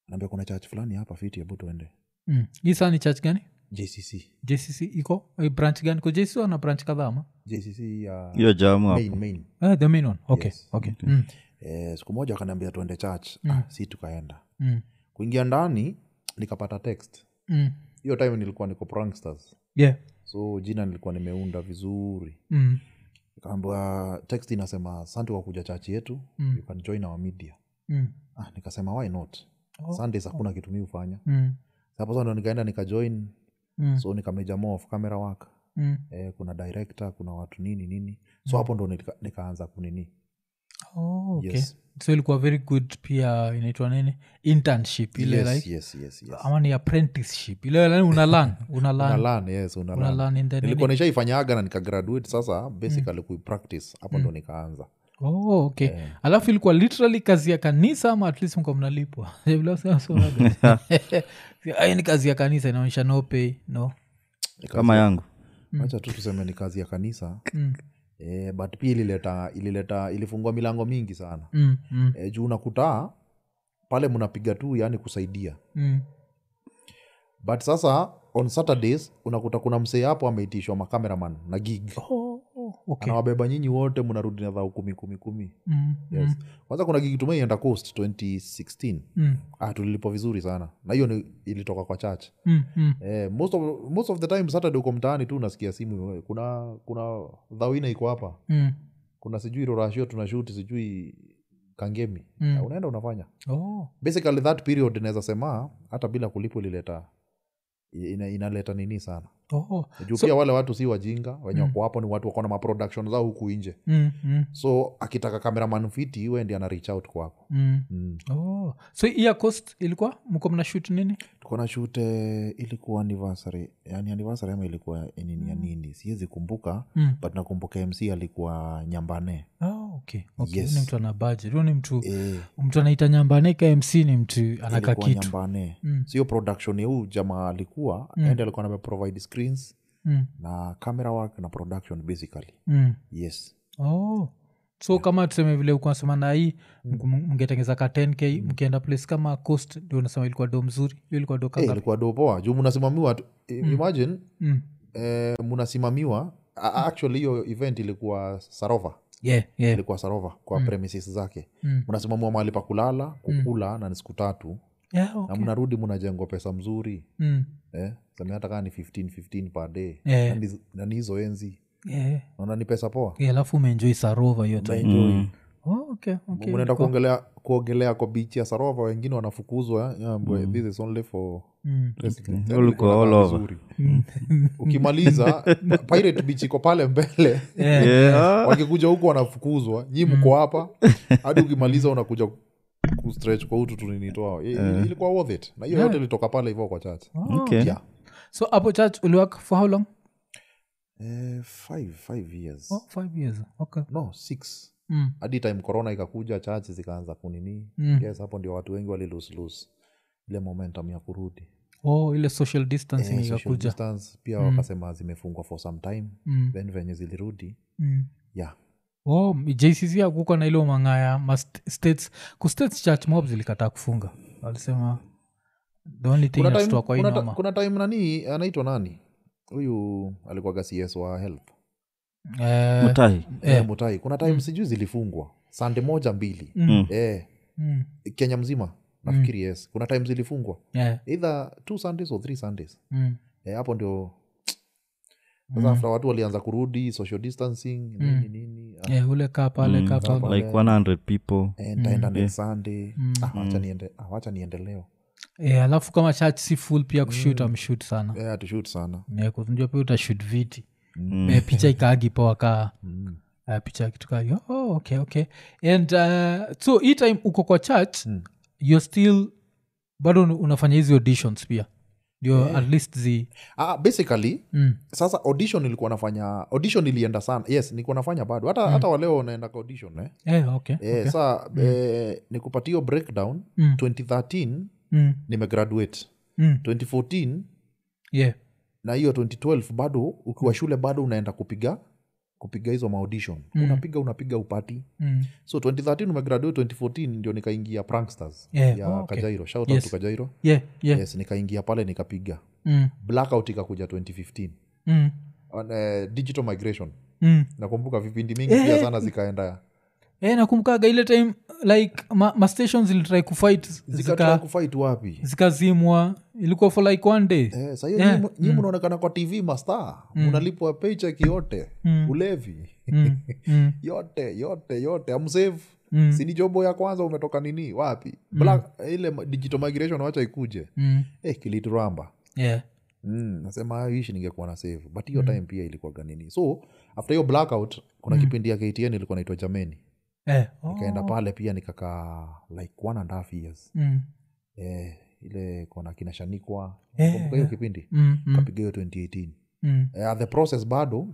A: naambia kuna church fulani hapa fiti hebu tuende
C: Mm. hii saa ni church gani
A: jcc
C: jcc iko Hii branch gani ko jcc wana branch kadhaa ama
A: jcc ya
B: hiyo jamu hapo
A: main, main.
C: Ah, the main one okay,
A: Yes.
C: okay. Mm.
A: Eh, siku moja wakaniambia tuende church ah, si tukaenda
C: Mm.
A: kuingia ndani nikapata text
C: Mm.
A: hiyo time nilikuwa niko pranksters
C: yeah
A: so jina nilikuwa nimeunda vizuri
C: mm.
A: kaambwa text inasema asante kwa kuja chachi yetu mm. you can join our media
C: Mm.
A: ah, nikasema why not oh. sundays hakuna kitu mi hufanya
C: Mm.
A: hapo sasa ndo nikaenda nikajoin
C: Mm.
A: so nikameja more of camera work
C: Mm.
A: eh, kuna director kuna watu nini nini so hapo ndo nika, nikaanza kunini
C: Oh, okay.
A: Yes.
C: so ilikuwa very good pia inaitwa nini internship ile
A: yes,
C: like
A: yes, yes, yes.
C: ama ni apprenticeship ile yani una learn
A: Una
C: una learn
A: learn, yes, una
C: una
A: learn.
C: learn in the Mm.
A: nilikuwa nishaifanyaga na nikagraduate sasa basically kuipractice hapo ndo nikaanza
C: oh, okay
A: Eh.
C: alafu ilikuwa literally kazi ya kanisa ama at least mko mnalipwa Vile wasema so bad. Hii ni kazi ya kanisa inaonyesha no pay no
B: kama yangu
C: Mm.
A: wacha tu tuseme ni kazi ya kanisa eh, but pia ilileta ilileta ilifungua milango mingi sana
C: mm, mm,
A: eh, juu unakuta pale mnapiga tu yani kusaidia
C: mm.
A: but sasa on saturdays unakuta kuna msee hapo ameitishwa makameraman na gig
C: Oh, oh, okay.
A: anawabeba nyinyi wote mnarudi na dhao kumi kumi kumi
C: Mm,
A: yes. kwanza kuna gig tumeienda coast 2016
C: mm,
A: ah, tulilipo vizuri sana na hiyo ni- ilitoka kwa church
C: mm, mm.
A: eh, most, of, most of the time saturday uko mtaani tu unasikia simu wewe, kuna kuna dhawina iko hapa
C: Mm.
A: kuna sijui rorashio tunashuti sijui kangemi
C: Mm.
A: Ah, unaenda unafanya
C: Oh,
A: basically that period naweza sema hata bila kulipo ilileta ina, inaleta nini sana
C: oh.
A: juu pia wale watu si wajinga wenye wako hapo ni watu wako na maproduction zao huku nje
C: Mm, mm,
A: so akitaka cameraman fiti iwe ndi ana reach out kwako
C: mm.
A: mm.
C: Oh. so hii ya cost ilikuwa mko mna shut nini
A: tuko na shoot eh, ilikuwa anniversary yani anniversary ama ilikuwa ya nini ya nini siwezi kumbuka
C: Mm.
A: but nakumbuka mc alikuwa nyambane
C: oh, okay. Okay.
A: Yes.
C: Huyu ni mtu ana budget huyu ni mtu
A: eh,
C: mtu anaita nyambaneka mc ni mtu anaka
A: ilikuwa
C: kitu
A: nyambane
C: Mm.
A: sio production ya huu jamaa alikuwa mm. and alikuwa anaprovide screens
C: mm,
A: na camera work na production basically
C: mm.
A: yes Eh,
C: oh. so kama tuseme vile ukuasema na hii
A: Mm.
C: mku- mngetengeza ka 10k mkienda place kama coast ndio unasema ilikuwa do mzuri hiyo ilikuwa do
A: hey,
C: kaza
A: ilikuwa dopoa juu mnasimamiwa tu- imagine
C: mm.
A: eh, mnasimamiwa a- a- actually hiyo event ilikuwa sarova
C: yeah, yeah.
A: ilikuwa sarova kwa premises zake
C: Mm.
A: mnasimamiwa mahali pa kulala kukula na ni siku tatu
C: Yeah,
A: na
C: okay.
A: mnarudi mnajengwa pesa mzuri
C: mm.
A: eh? seme hata kaa ni 15, 15 per day
C: Eh.
A: Na ni- na ni hizo enzi
C: yeah.
A: naona ni pesa poa
C: Yeah, alafu umeenjoi sarova hiyo time
A: Enjoy.
C: oh, okay, okay.
A: Mm. mnaenda kuongelea kuogelea kwa bichi ya sarova wengine wanafukuzwa eh, ambwe, this is only for
C: Mm.
A: basically.
B: Okay.
A: Yaani
B: Ulikuwa
A: ulikuwa
B: all
A: na
B: over.
A: vizuri. Mm. ukimaliza pirate beach iko pale mbele
C: Yeah.
B: Yeah, ah.
A: wakikuja huku wanafukuzwa nyi mko hapa hadi ukimaliza unakuja kustretch kwa utu tuninitwao ilikuwa worth it na hiyo yote ilitoka pale hivyo kwa chache
B: Okay.
A: yeah.
C: Oh. so hapo church uliwak for how long
A: Eh, five, five years
C: oh, five years okay
A: no six
C: mm.
A: hadi time corona ikakuja chache zikaanza kunini
C: Mm.
A: yes hapo ndio watu wengi waliluslus ile momentum ya kurudi
C: oh ile social distancing
A: Eh, social
C: ikakuja
A: distance, pia wakasema zimefungwa for some time
C: Mm.
A: then venye zilirudi
C: mm.
A: yeah
C: oh jcc akuko na ilo mangaya ma st- states ku states church mob zilikataa kufunga walisema the only thing
A: kuna time,
C: inatutoa kwa
A: kuna, ta-
C: inoma
A: kuna time nani anaitwa nani huyu alikuwaga cs wa help
C: eh,
B: Mutahi.
A: eh. mutai kuna time sijui zilifungwa sande moja mbili
C: Mm.
A: eh,
C: mm,
A: kenya mzima nafikiri yes kuna time zilifungwa
C: yeah,
A: either two sundays or three sundays
C: mm,
A: Eh, hapo ndio sasa after watu walianza kurudi social distancing
C: Mm.
A: nini nini ah,
C: yeah, ule kaa pale kaa pale
B: Mm. like 100 people
A: eh, nitaenda
C: Mm.
A: next sunday ah, wacha niende- ah, wacha niende leo
C: Eh, alafu kama church si full pia kushut amshut sana
A: Eh, atushut sana
C: yeah. kunjua pia utashut viti
B: Mm,
C: Eh, picha ikaagi poa kaa uh, picha kitu kaa hiyo. oh, okay okay and uh, so hii time uko kwa church mm. you're still bado un- unafanya hizi auditions pia ndio at least zi
A: ah, basically
C: mm.
A: sasa audition ilikuwa nafanya audition ilienda sana yes nilikuwa nafanya bado hata, hata waleo naenda kwa audition eh?
C: eh, Mm. okay
A: Eh, saa eh, nikupatia hiyo breakdown
C: Mm.
A: 2013
C: mm.
A: nimegraduate
C: Mm.
A: 2014
C: yeah
A: na hiyo 2012 bado ukiwa shule bado unaenda kupiga kupiga hizo maaudition mm. unapiga unapiga upati
C: mm.
A: so 2013 umegraduate 2014 ndio nikaingia pranksters
C: Yeah,
A: ya
C: oh, okay.
A: kajairo shout out
C: Yes.
A: to kajairo
C: yeah yeah
A: yes nikaingia pale nikapiga
C: Mm.
A: blackout ikakuja 2015
C: Mm.
A: On, eh, digital migration
C: Mm.
A: nakumbuka vipindi mingi pia sana zikaenda
C: Eh, nakumbukaga ile time like ma, ma stations zilitrai kufight
A: zikataka
C: zika-
A: kufight wapi
C: zikazimwa ilikuwa for like one day
A: Eh, sahiyo
C: Yeah, Mm.
A: yeah. nyi mnaonekana kwa tv mastaa mm. unalipwa paycheck yote mm. ulevi
C: mm. Mm.
A: yote yote yote amsave
C: Mm.
A: sini jobo ya kwanza umetoka nini wapi Black, ile ma- digital migration wacha ikuje
C: Mm.
A: eh, kilituramba
C: yeah
A: Mm, nasema "Ah, ishi ningekuwa na save but
C: Mm.
A: hiyo time pia ilikuwa nini so after hiyo blackout kuna kipindi ya ktn ilikuwa naitwa jameni
C: eh. Mm. oh.
A: nikaenda pale pia nikakaa like one and a half years
C: mm.
A: eh, ile kona kinashanikwa
C: Eh,
A: kumbuka hiyo kipindi
C: Mm. Mm.
A: kapiga hiyo 2018
C: Mm.
A: eh, the process bado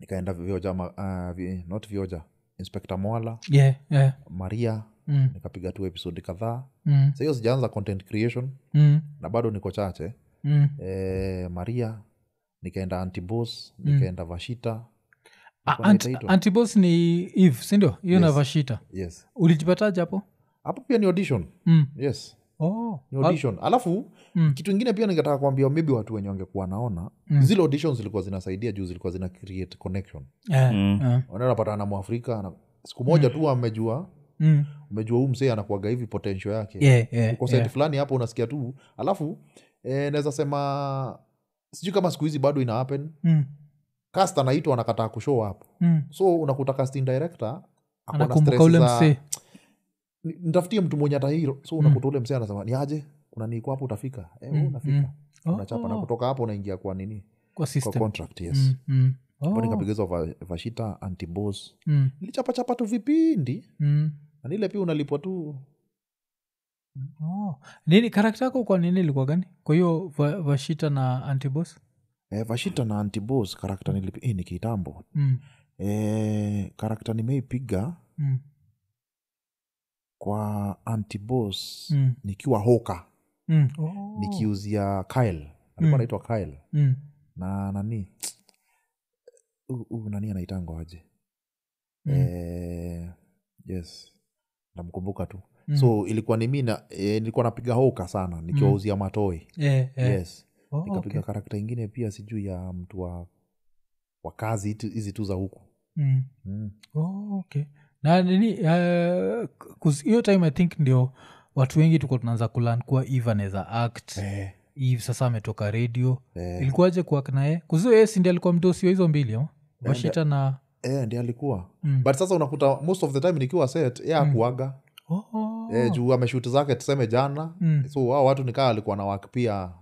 A: nikaenda vioja ma, ah, vi, not vioja inspector mwala
C: yeah yeah
A: maria
C: Mm.
A: nikapiga tu episode kadhaa
C: Mm.
A: sa hiyo sijaanza content creation
C: Mm.
A: na bado niko chache
C: Mm.
A: eh, maria nikaenda antibos
C: Mm.
A: nikaenda vashita
C: Ah,
A: Kwa
C: Ant-
A: inaitwa?
C: antibos ni eve sindio hiyo
A: Yes.
C: na vashita
A: yes
C: ulijipataje hapo
A: hapo pia ni audition
C: mm.
A: yes
C: oh.
A: ni audition alafu
C: Mm.
A: kitu ingine pia ningetaka kuambia maybe watu wenye wangekuwa naona
C: Hmm.
A: mm. zile auditions zilikuwa zinasaidia juu zilikuwa zina create connection
C: Eh, eh.
A: wanapatana na mwafrika na siku
C: Hmm.
A: moja tu amejua
C: Mm.
A: umejua huu msee anakuaga hivi potential yake
C: Yeah, yeah,
A: uko
C: yeah.
A: side fulani hapo unasikia tu alafu eh, naweza sema sijui kama siku hizi bado ina happen
C: Mm.
A: cast anaitwa anakataa kushow up
C: Mm.
A: so unakuta casting director ako na
C: anakumbuka
A: stress
C: ule
A: za- Eh,
C: msee
A: "Ni- nitafutie mtu mwenye hata hilo
C: Mm.
A: so unakuta ule msee anasema ni aje kuna niko hapo utafika eh, wewe unafika
C: Oh,
A: unachapa na kutoka hapo unaingia kwa nini
C: kwa
A: kwa
C: system
A: contract yes
C: Mm, mm. Oh,
A: Hapo nikapigizwa va- vashita antibos
C: mm,
A: nilichapachapa tu vipindi
C: mm.
A: na nile pia unalipwa tu
C: Oh. nini karakta yako kwa nini ilikuwa gani kwa hiyo va- vashita na antibos
A: eh, vashita na antibos karakta nilipi eh, ni kitambo
C: mm.
A: eh, karakta nimeipiga
C: Mm.
A: kwa antibos
C: Mm.
A: nikiwa hoka
C: Mm. Oh.
A: nikiuzia kyle alikuwa anaitwa kyle
C: Mm.
A: na nani u, u, nani anaitango aje
C: Mm.
A: eh, yes namkumbuka tu
C: Mm.
A: so ilikuwa ni mi na- eh, nilikuwa napiga hoka sana nikiwauzia matoi
C: Eh, Mm. eh.
A: yes
C: Oh,
A: nikapiga
C: okay.
A: karakta ingine pia sijui ya mtu wa wa kazi hitu- hizi tu za huku
C: Mm.
A: mm.
C: Oh, okay na nini eh, kuz- hiyo time i think ndio watu wengi tuko tunaanza kulan kuwa eve anaweza act
A: eh,
C: eve sasa ametoka radio
A: eh,
C: ilikuwaje kuak naye kuzio ye sindi alikuwa mdosio hizo mbili ama washita na
A: eh, ndi alikuwa
C: Mm.
A: but sasa unakuta most of the time nikiwa set ye akuaga
C: oh,
A: eh, juu ameshuti zake tuseme jana mm. so hao watu nikaa alikuwa na wak pia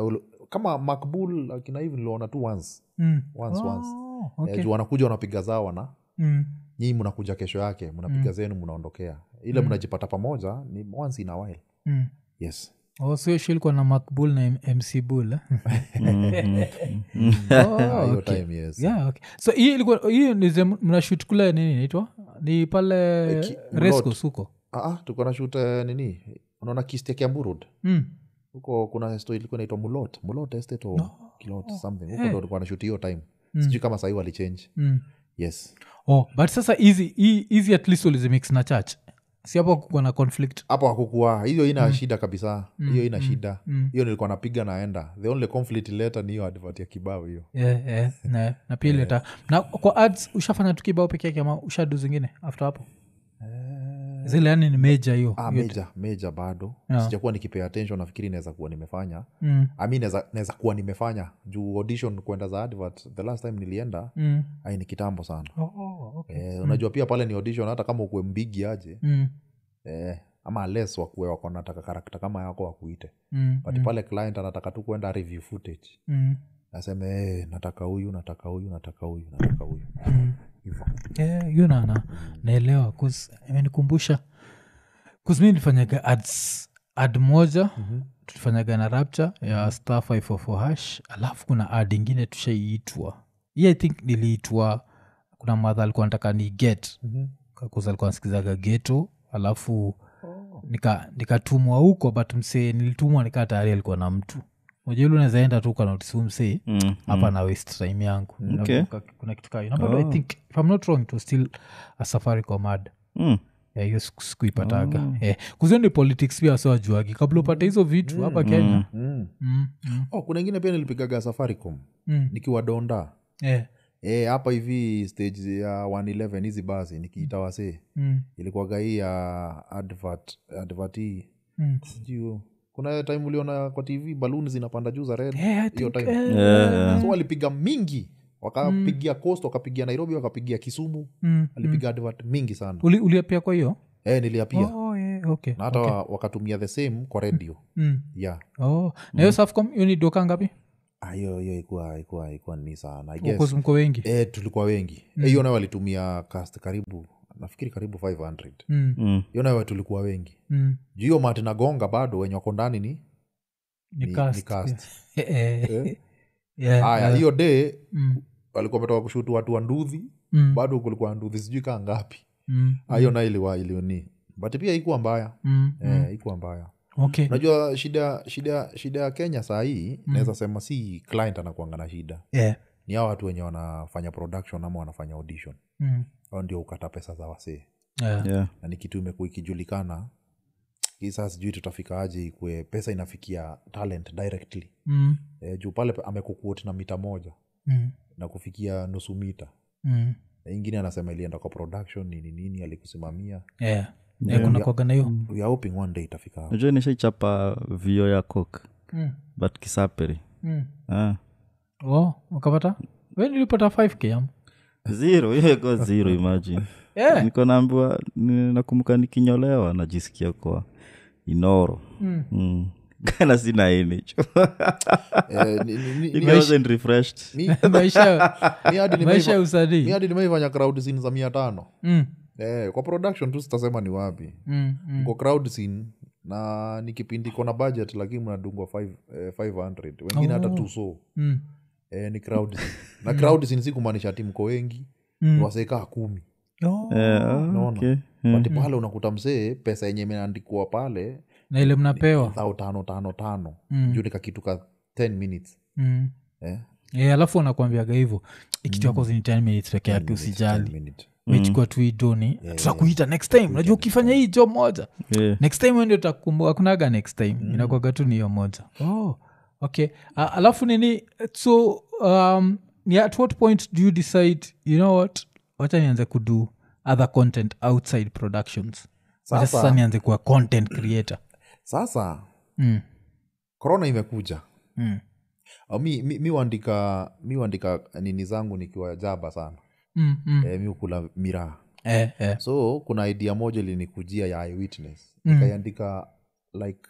A: uh, kama macbull akina hivi niliona tu once
C: Mm.
A: once oh, once
C: Oh,
A: okay.
C: okay.
A: eh, juu wanakuja wanapiga zao wana
C: Mm.
A: nyii mnakuja kesho yake mnapiga mm. zenu mnaondokea ile mm. mnajipata pamoja ni once in a while
C: Mm.
A: yes
C: Oh, so hiyo ilikuwa na macbull na M- mc bull eh?
B: mm,
A: Ah,
C: oh,
A: hiyo
C: okay.
A: time yes
C: yeah, okay. so hiyo ilikuwa hiyo nize mnashut kule nini inaitwa ni pale
A: Eh, ki-
C: rescos huko
A: Ah, ah, tuko na shute nini unaona kiste kiamburud
C: mm.
A: huko kuna sto ilikuwa inaitwa mulot mulot estate or kilot something huko ndo tulikuwa na shoot hiyo time sijui kama sahii walichange
C: Mm.
A: yes
C: oh, but sasa hizi hi- hizi at least ulizimix na church si hapo kukuwa na conflict
A: hapo akukua hiyo ina shida kabisa hiyo ina shida hiyo nilikuwa napiga naenda the only conflict ileta ni hiyo advert ya kibao hiyo
C: yeah, yeah, na, na pia ileta na kwa ads ushafanya tu kibao peke yake ama ushadu zingine after hapo zile yani ni meja hiyo
A: ah, meja meja bado
C: Yeah.
A: sijakuwa nikipea attention nafikiri naweza kuwa nimefanya
C: Mm.
A: ami naweza kuwa nimefanya juu audition kuenda za advert the last time nilienda
C: Mm.
A: ai ni kitambo sana
C: Oh, oh, okay.
A: eh, unajua pia pale ni audition hata kama ukuwe mbigi aje
C: Mm.
A: eh, ama les wakuwe wako nataka karakta kama yako wakuite
C: Mm.
A: but mm. pale client anataka tu kuenda review footage
C: Mm.
A: aseme eh, nataka huyu nataka huyu nataka huyu nataka huyu
C: Mm.
A: hivo
C: Yeah, hiyo na- na- naelewa 'cause imenikumbusha kuz mi nilifanyaga ads ad moja mm-hmm. tulifanyaga na rapture ya star 544 hash alafu kuna ad ingine tushaiitwa hii i think niliitwa kuna madha alikuwa nataka ni get
A: Mhm.
C: kakuza alikuwa nasikizaga geto alafu nika- nikatumwa huko but msee nilitumwa nikaa tayari alikuwa na mtu moja ule unawezaenda tu ukanotisiu msee
B: mm.
C: hapa na waste time yangu
B: Okay.
C: Kuna- kuna kitu kaa hiyo. Na bado i think if I'm not wrong it was still a safari comad
B: Mm.
C: hiyo yeah, sikuipataga oh. yeah. kuzio ni politics pia wasewajuagi kabla upate hizo vitu hapa kenya
A: mm.
C: Mm, mm,
A: oh, kuna ingine pia nilipigaga safaricom
C: mm.
A: nikiwa donda
C: Yeah,
A: Eh, hapa hivi stage ya 111 hizi basi nikiita wasee
C: mm,
A: ilikuwaga hii ya advert advert hii
C: mm.
A: sijui kuna time uliona kwa tv baluni zinapanda juu za red
C: Yeah, I
A: hiyo
C: think,
A: time
C: eh,
A: so walipiga mingi wakapigia coast wakapigia nairobi wakapigia kisumu
C: mm.
A: walipiga advert mingi sana
C: Uli- uliapia kwa hiyo
A: eh, niliapia
C: oh, yeah, okay.
A: na hata wa- wakatumia the same kwa radio
C: mm.
A: yeah
C: oh. na hiyo safcom hiyo ni doka ngapi
A: Ah, hiyo hiyo ikuwa ikuwa ikuwa ni sana I guess.
C: yes. mko wengi
A: Eh, tulikuwa wengi Eh,
C: Mm.
A: hiyo nayo walitumia cast karibu nafikiri karibu 500
C: mm.
A: hiyo nayo tulikuwa wengi
C: Mm.
A: juu hiyo matinagonga bado wenye wako ndani ni
C: ni
A: Ni-
C: cast,
A: ni cast.
C: yeah. Eh, eh,
A: Eh.
C: yeah,
A: haya
C: yeah.
A: hiyo day
C: Mm,
A: walikuwa wametoka kushutu watu wa ndudhi
C: mm,
A: bado kulikuwa ndudhi sijui kaa ngapi
C: mm,
A: Ah, hiyo nayo iliwa ilioni but pia ikuwa mbaya
C: mm,
A: eh, haikuwa mbaya
C: okay.
A: unajua shida shida shida ya kenya saa hii
C: Mm.
A: naweza sema si client anakuanga na shida
C: Yeah.
A: ni hao watu wenye wanafanya production ama wanafanya audition
C: Mm.
A: au ndio ukata pesa za wasee
C: Yeah.
A: na ni kitu imekuwa ikijulikana hii saa sijui tutafika aje ikue pesa inafikia talent directly
C: Mm,
A: e, juu pale amekukuot na mita moja
C: mm,
A: na kufikia nusu mita
C: mm.
A: Na ingine anasema ilienda kwa production nini nini alikusimamia
C: Yeah. Yeah, kuna kuwaga na hiyo
A: we are hoping one day itafika hapo.
B: najua nishaichapa vio ya kok
C: Mm,
B: but kisaperi
C: mm.
B: Ah.
C: Oh, ukapata we nilipata 5k am
B: zero hiyo iko zero imagine
C: Yeah.
B: niko naambiwa ni- nakumbuka nikinyolewa najisikia kwa inoro mm. kana sina energy.
A: Eh, ni- ni- ni-
B: It wasn't refreshed
A: mi-
C: maisha
A: mi hadi
C: maisha ya
A: nimeiva- mi
C: usanii
A: hadi nimeifanya crowd scene za mia tano
C: Mm,
A: eh, kwa production tu sitasema ni wapi
C: mm, mm.
A: kwa crowd scene na ni kipindi kona budget lakini mnadungwa five- eh, 500 wengine hata tu so
C: Mm,
A: eh, ni crowd scene. na crowd scene si kumaanisha timko wengi
C: Hmm.
A: mm. wasekaa kumi
C: Oh.
B: Eh, ah, okay. Mm.
C: Hmm.
A: bati pale unakuta msee pesa yenye imeandikwa pale
C: na ile mnapewa
A: thao tano tano tano
C: Mm.
A: juu nikakituka 10 minutes
C: Mm.
A: eh,
C: Yeah, alafu wanakuambiaga hivyo ikitu yako zini 10 Mm. minutes peke
A: Yaani
C: yake Yaani usijali
A: minute.
C: wechukua tu idoni tutakuita next time unajua ukifanya hii job moja
B: Yeah.
C: next time wende utakumbuka kunaga next time mm. inakwaga tu ni hiyo moja oh, okay A- alafu nini so um, ni at what point do you decide you know what wacha nianze kudu other content outside productions
A: Sasa-
C: wacha sasa nianze kuwa content creator
A: sasa
C: mm.
A: korona imekuja
C: Mm.
A: Au mi, mi, mi huandika mi huandika nini zangu nikiwa jaba sana
C: Mm, mm.
A: eh, mi ukula miraa
C: eh, eh.
A: so kuna idea moja linikujia ya eyewitness
C: Mm.
A: nikaiandika like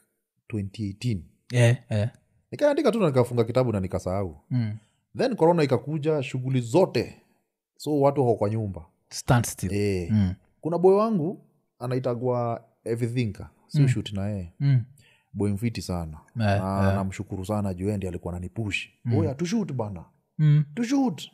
A: 2018
C: Eh, eh.
A: nikaandika tu na nikafunga kitabu na nikasahau
C: Mm.
A: then corona ikakuja shughuli zote so watu wako kwa nyumba
C: Stand still.
A: e.
C: Mm.
A: kuna boy wangu anaitagwa everythinker sio shoot na yeye
C: Mm.
A: boy mfiti sana
C: Eh,
A: Na- namshukuru sana juendi alikuwa nanipush oya tushut bana
C: Mm.
A: tushut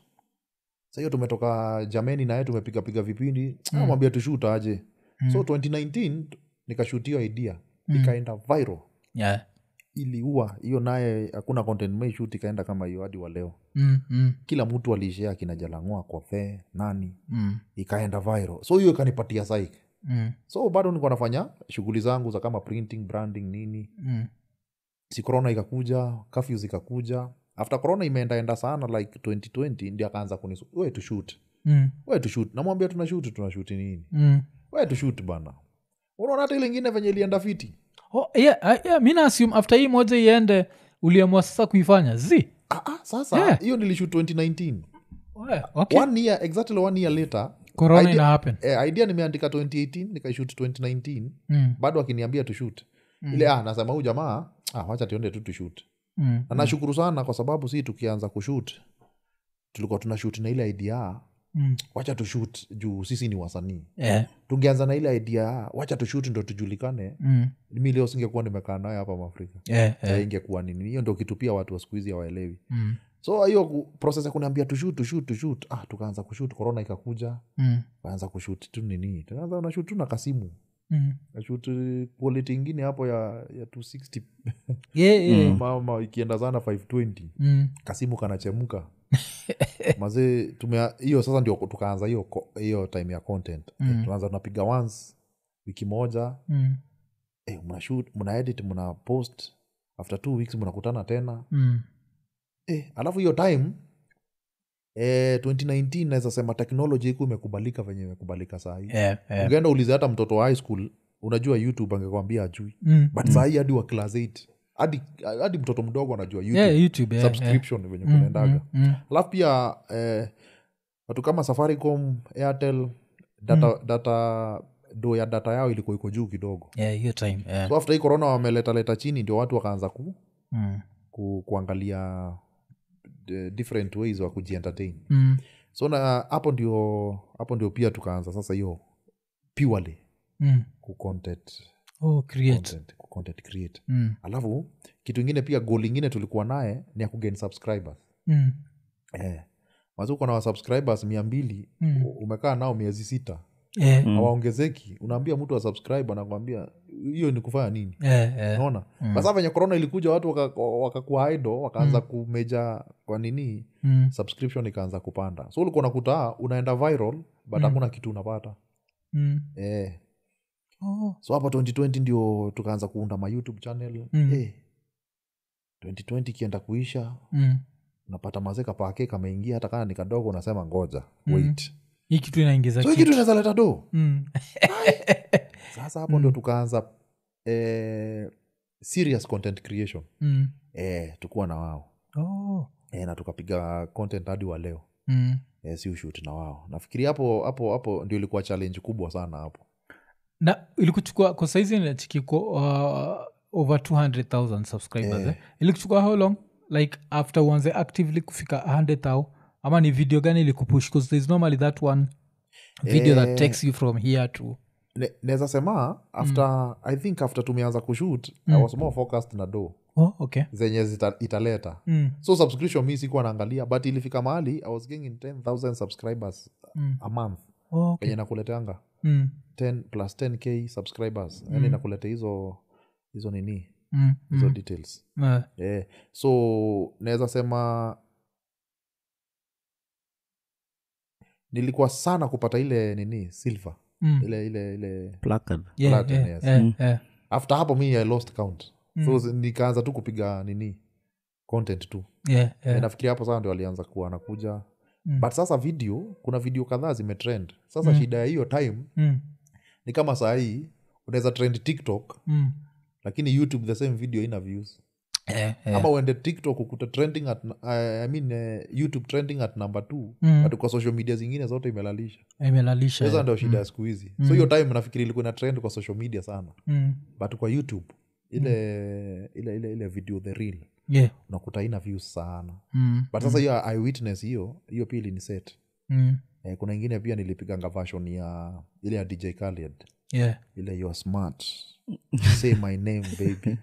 A: sahiyo tumetoka jameni naye tumepigapiga vipindi mm. mwambia tushut aje
C: Mm.
A: so 2019 nikashutio idea ikaenda viral
C: Yeah.
A: iliua hiyo naye hakuna content meishut ikaenda kama hiyo hadi wa leo
C: Mm, mm,
A: kila mtu alishea kina jalangua kwa fee nani
C: mm,
A: ikaenda viral so hiyo ikanipatia saik
C: mm,
A: so bado nilikuwa nafanya shughuli zangu za kama printing branding nini
C: mm.
A: si corona ikakuja kafyu zikakuja after corona imeendaenda sana like 2020 ndi akaanza kunisu we tushut
C: Mm,
A: we tushut namwambia tunashut tunashuti nini
C: mm.
A: we tushut bana unaona hata ile ingine venye ilienda fiti
C: Oh, yeah, ah, yeah, mi naassume after hii moja iende uliamua sasa kuifanya zi
A: ah, ah, sasa hiyo
C: Yeah.
A: nilishut 2019
C: Well, okay.
A: one year exactly one year later
C: corona
A: idea-
C: ina happen
A: eh, idea nimeandika 2018 nikaishut 2019
C: Mm,
A: bado akiniambia tushut mm. ile ah, nasema huu jamaa ah, wacha tuende tu tushut
C: mm,
A: na nashukuru sana kwa sababu si tukianza kushut tulikuwa tuna shut na ile idea
C: mm.
A: wacha tushut juu sisi ni wasanii
C: Yeah,
A: tungeanza na ile idea wacha tushut ndo tujulikane
C: mm,
A: mi leo singekuwa nimekaa nayo hapa maafrika
C: yeah,
A: yeah.
C: yeah,
A: ingekuwa nini hiyo ndo kitu pia watu wa siku hizi hawaelewi
C: mm,
A: so hiyo ku- process ya kuniambia tushut tushut tushut ah, tukaanza kushut korona ikakuja
C: mm,
A: kaanza kushut tu nini tunaanza nashut tu na kasimu
C: mm.
A: nashut quality ingine hapo ya, ya 260
C: Yeah, yeah.
A: mama ikienda sana 520
C: Mm,
A: kasimu kanachemka mazee tumea- hiyo sasa ndio tukaanza hiyo ko- hiyo time ya content mm. tunaanza tunapiga once wiki moja
C: mm,
A: eh, mnashoot mna edit mna post after two weeks mnakutana tena
C: mm.
A: eh, alafu hiyo time eh, 2019 naweza sema teknoloji iku imekubalika venye imekubalika sahii
C: Yeah, yeah.
A: ukaenda ulize hata mtoto wa high school unajua youtube angekwambia ajui
C: Mm.
A: but sahii hadi wa class 8 hadi, hadi mtoto mdogo anajua YouTube.
C: Yeah, YouTube, yeah, yeah.
A: subscription venye
C: Mm,
A: kunaendaga
C: mm, mm.
A: alafu pia eh, watu kama safaricom airtel data, mm. data do ya data yao ilikuwa iko juu kidogo
C: Yeah, hiyo time yeah.
A: so after hii corona wameletaleta chini ndio watu wakaanza ku,
C: Mm,
A: ku, kuangalia the different ways wa kujientertain
C: mm,
A: so na hapo ndio hapo ndio pia tukaanza sasa hiyo purely
C: mm.
A: ku content,
C: Oh, create.
A: content, ku content create
C: Mm,
A: alafu kitu ingine pia goal ingine tulikuwa naye ni ya kugain subscribers
C: mm,
A: eh. mazuko na wasubscribers mia mbili
C: Mm.
A: u- umekaa nao miezi sita
C: yeah,
A: Mm.
B: Mm.
A: hawaongezeki unaambia mtu asubscribe anakwambia hiyo ni kufanya nini
C: yeah, yeah.
A: naona
C: mm,
A: sasa venye korona ilikuja watu waka- wakakuwa aido wakaanza kumeja kwa nini
C: Mm.
A: subscription ikaanza kupanda so ulikuwa unakuta ah, unaenda viral but hakuna kitu unapata
C: Mm.
A: eh.
C: Oh.
A: so hapa 2020 ndio tukaanza kuunda ma youtube channel
C: Mm.
A: eh. 2020 ikienda kuisha
C: Mm.
A: unapata mazeka pake kameingia hata kana ni kadogo unasema ngoja wait
C: hii kitu inaingiza
A: so hii
C: kitu.
A: kitu inaweza leta do
C: Mm.
A: sasa hapo ndio tukaanza eh, serious content creation
C: Mm.
A: eh, tukuwa na wao
C: Oh.
A: eh, na tukapiga content hadi wa leo
C: Mm.
A: eh, si ushut na wao nafikiri hapo hapo hapo ndio ilikuwa challenge kubwa sana hapo
C: na ilikuchukua kwa saizi nachikiko uh, over 200000 subscribers
A: Eh.
C: eh. ilikuchukua how long like after uanze actively kufika 100 au ama ni video gani ilikupush bcause thereis normally that one video
A: Eh.
C: that takes you from here to
A: Ne- naweza sema after i think after tumeanza kushut i was more focused na do
C: oh, okay
A: zenye zita, italeta
C: mm.
A: so subscription mi sikuwa naangalia but ilifika mahali i was getting 10000 subscribers
C: Mm.
A: a month
C: oh, okay.
A: enye nakuletanga
C: mm.
A: 10 plus 10k subscribers yani nakuleta hizo hizo nini
C: Mm.
A: hizo
C: Mm.
A: details
C: Eh.
A: yeah. so naweza sema nilikuwa sana kupata ile nini silver
C: Mm.
A: ile ile ile
B: placard
C: Yeah,
A: Latin,
C: yeah,
A: yes.
C: yeah, yeah. Mm.
A: after hapo mi i lost count so zi- nikaanza tu kupiga nini content tu
C: Yeah, yeah.
A: yeah. nafikiri hapo sasa ndio alianza kuwa anakuja
C: Mm.
A: but sasa video kuna video kadhaa zimetrend sasa shida ya hiyo time
C: Mm.
A: ni kama saa hii unaweza trend tiktok
C: Mm.
A: lakini youtube the same video ina views
C: Eh, eh.
A: ama uende tiktok ukuta trending at, uh, I mean, uh, youtube trending at number two
C: Mm.
A: but kwa social media zingine zote imelalisha
C: imelalisha
A: sasa
C: eh.
A: ndio shida ya siku hizi so hiyo time nafikiri ilikuwa ina trend kwa social media sana
C: Mm.
A: but kwa youtube ile ile, ile, ile video the real
C: Yeah.
A: unakuta haina views sana
C: Mm.
A: but sasa hiyo eyewitness hiyo hiyo pia iliniset
C: Mm.
A: eh, kuna ingine pia nilipiganga version ya ile ya dj Khaled
C: Yeah.
A: ile you are smart say my name baby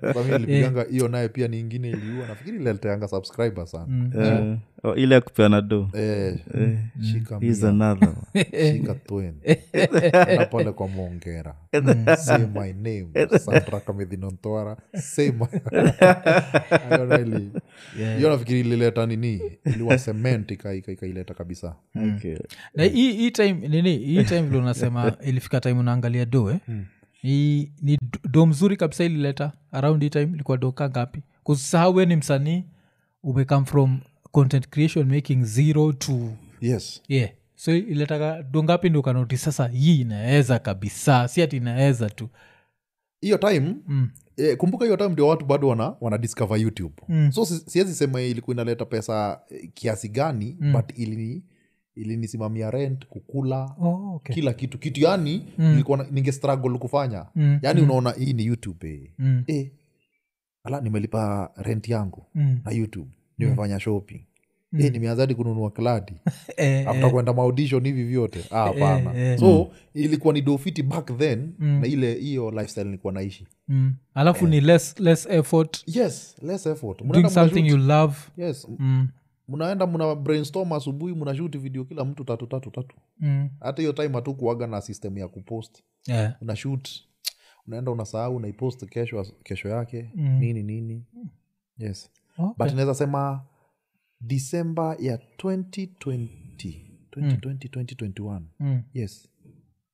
A: Sasa mimi nilipiganga hiyo naye pia ni ingine iliua nafikiri ileteanga subscriber sana
C: Mm.
B: Eh, oh, ile ya kupeana do
A: eh, shika
B: is
A: mia,
B: another one.
A: shika twen na pale kwa mwongera say my name sandra kamedhinontoara say my I don't really- hiyo nafikiri ilileta nini iliwa cement ika- ika- ikaileta kabisa
B: Okay.
C: na hii hii time nini hii time vile unasema ilifika time unaangalia do eh?
A: Mm.
C: ni, ni do- do mzuri kabisa ilileta around hii time ilikuwa do ka ngapi kusahau we ni msanii umecome from content creation making zero to
A: yes
C: yeah so iletaka do ngapi ndi ukanoti sasa hii inaweza kabisa si ati inaweza tu
A: hiyo time
C: mm.
A: eh, kumbuka hiyo time ndio watu bado wana, wana discover youtube
C: Mm.
A: so si- siwezi sema ilikuwa inaleta pesa eh, kiasi gani
C: Mm.
A: but ilini ilinisimamia rent kukula
C: oh, okay.
A: kila kitu kitu yani
C: Mm.
A: nilikuwa na- ninge struggle kufanya
C: Mm,
A: yani unaona hii ni youtube eh.
C: mm,
A: Eh, ala nimelipa rent yangu
C: mm.
A: na youtube nimefanya shopping
C: Mm.
A: eh, nimeanza hadi kununua kladi
C: Eh, eh,
A: after kwenda maaudition hivi vyote Ah, hapana
C: eh, eh.
A: so ilikuwa ni dofiti back then
C: Mm.
A: na ile hiyo lifestyle nilikuwa naishi
C: mm. alafu
A: Eh.
C: ni less, less effort
A: yes less effort
C: doing
A: Mnaenda
C: something you
A: mnashoot.
C: love
A: yes
C: mm,
A: mnaenda mna brainstorm asubuhi mnashuti video kila mtu tatu tatu tatu
C: mm.
A: hata hiyo time hatukuaga na system ya kupost
C: Yeah.
A: una shoot unaenda unasahau unaipost kesho, kesho yake mm. nini nini yes
C: Okay.
A: but naweza sema disemba ya 2020 2020 2021
C: Mm,
A: yes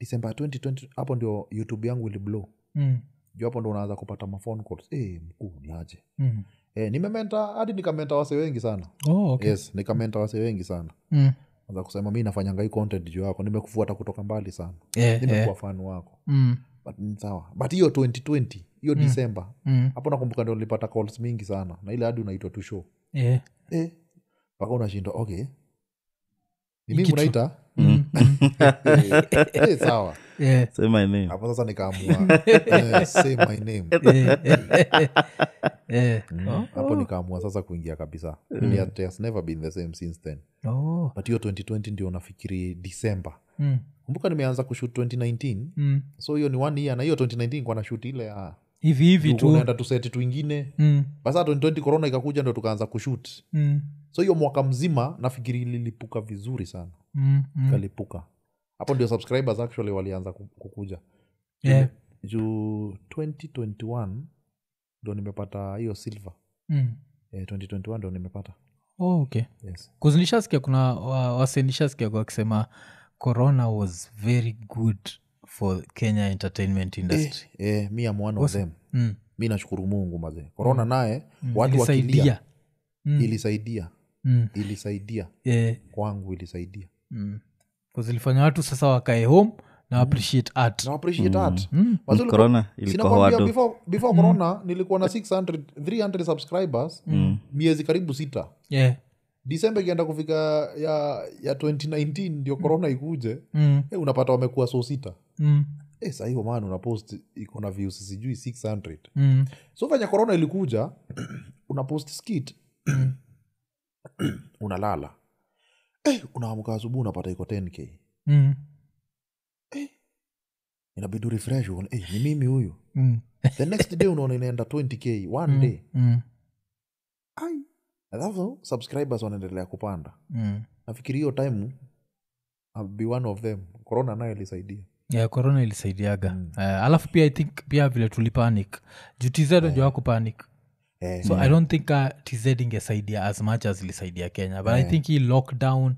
A: disemba ya 2020 hapo ndio youtube yangu iliblow
C: mm,
A: juu hapo ndo unaanza kupata mafone calls hey, mkuu niaje
C: mm.
A: hey, Eh, nimementa hadi nikamenta wase wengi sana
C: Oh, okay.
A: yes nikamenta wase wengi sana
C: Mm.
A: anza kusema mi nafanyanga hii content juu yako nimekufuata kutoka mbali sana
C: Yeah,
A: nimekuwa
C: yeah.
A: fan wako
C: Mm,
A: but ni sawa but hiyo 2020 hiyo december
C: mm.
A: hapo nakumbuka ndio nilipata calls mingi sana na ile hadi unaitwa tu show
C: Yeah.
A: eh, mpaka unashindwa okay ni mimi
C: kitu.
A: unaita
C: Mm, mm.
A: eh, eh, sawa
C: Yeah.
B: Say my name.
A: hapo sasa nikaamua eh, say my name
C: Yeah. Yeah. Oh,
A: Mm.
C: Mm.
A: hapo nikaamua sasa kuingia kabisa And it has never been the same since then
C: oh.
A: but hiyo 2020 ndio nafikiri december
C: Mm,
A: kumbuka nimeanza kushut 2019
C: mm.
A: so hiyo ni one year na hiyo 2019 kwa na shut ile ya
C: hivi hivi tu
A: unaenda tuseti tuingine
C: Mm,
A: basa 2020 corona ikakuja ndo tukaanza kushut
C: mm,
A: so hiyo mwaka mzima nafikiri lilipuka vizuri sana
C: mm, mm.
A: ikalipuka hapo ndio subscribers actually walianza ku- kukuja
C: Yeah.
A: juu 2021 ndo nimepata hiyo silver
C: Mm.
A: eh, 2021 ndo nimepata
C: Oh, okay
A: yes
C: kuzinishasikia kuna wasenishasikia wakisema corona was very good for kenya entertainment industry
A: eh, mi am one of them
C: mm.
A: mi nashukuru mungu mazee korona naye
C: Mm.
A: watu wakilia
C: ilisaidia Mm.
A: ilisaidia
C: Mm.
A: ilisaidia
C: Eh,
A: kwangu ilisaidia
C: mm. 'Cause ilifanya watu sasa wakae home
A: Mm.
C: na appreciate art
A: na appreciate art
C: Mm.
A: Mazee ulikuwa-
B: Hmm. Corona ilikuwa
A: Sinakwambia
B: hawado.
A: before, before corona nilikuwa na 600, 300 subscribers
B: Hmm.
A: miezi karibu sita
C: Yeah.
A: disemba ikienda kufika ya ya 2019 ndio corona ikuje
C: Mm.
A: eh, unapata wamekuwa so sita
C: Mm.
A: eh, sahiyo man unapost iko na views sijui 600
C: Mm.
A: so venye corona ilikuja unapost skit unalala eh, unaamka asubuhi unapata iko 10k
C: Mm.
A: inabidi urefresh uone, eh, ni mimi huyu
C: Mm.
A: the next day unaona inaenda 20k one day
C: Mm.
A: Ai. alafu subscribers wanaendelea kupanda
C: Mm.
A: nafikiri hiyo time I'll be one of them corona nayo ilisaidia
C: Yeah, corona ilisaidiaga
A: Mm.
C: Eh, alafu pia i think pia vile tulipanic juu tz najua kupanic
A: eh,
C: so i don't think uh, tz ingesaidia as much as ilisaidia kenya but i think hii lockdown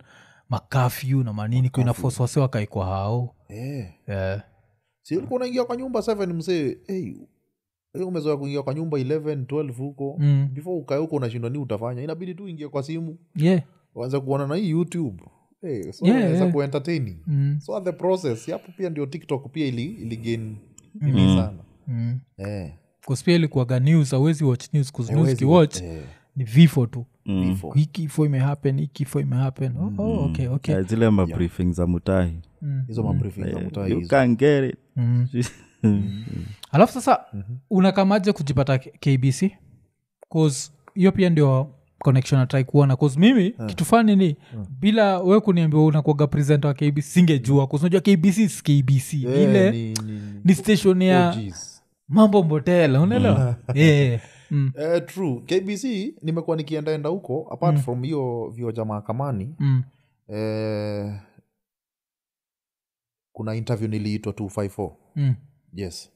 C: makafyu na manini kuna force wase wakaikwa hao
A: eh.
C: Eh,
A: si ulikuwa unaingia kwa nyumba 7 msee hey, umezoea kuingia kwa nyumba 11 12 huko
C: Mm.
A: before ukae huko unashindwa ni utafanya inabidi tu uingie kwa simu
C: yeah.
A: uanze kuona na hii youtube hey, so
C: Yeah,
A: yeah,
C: yeah.
A: kuentertain
C: Mm,
A: so the process hapo pia ndio tiktok pia ili, ili gain nini sana
C: mm.
A: eh.
C: kaspia ilikuaga news awezi watch news
A: Hawezi-
C: kuzinuskiwatch
A: eh,
C: ni vifo tu
B: Mm.
A: vifo.
C: hii kifo imehapen hii kifo imehapen oh, oh, okay, okay.
B: Yeah, Eh, zile mabriefing za mutahi
C: Mm.
A: hizo mabriefing za mtaa
B: Eh, you
A: hizo.
B: can get it
C: Mm. alafu sasa mm-hmm. unakamaje kujipata K- kbc cause hiyo pia ndio connection atrai kuona cause mimi kitu fani ni bila we kuniambia unakuaga presenter wa kbc singejua cause unajua kbc is kbc
A: Eh,
C: ile ni,
A: ni- ni- ni-
C: station
A: oh,
C: ya
A: jeez.
C: mambo mbotela unaelewa Eh, mm,
A: Eh, true kbc nimekuwa nikiendaenda huko apart from hiyo vio ja mahakamani
C: mm,
A: eh, kuna interview niliitwa 254
C: mm.
A: yes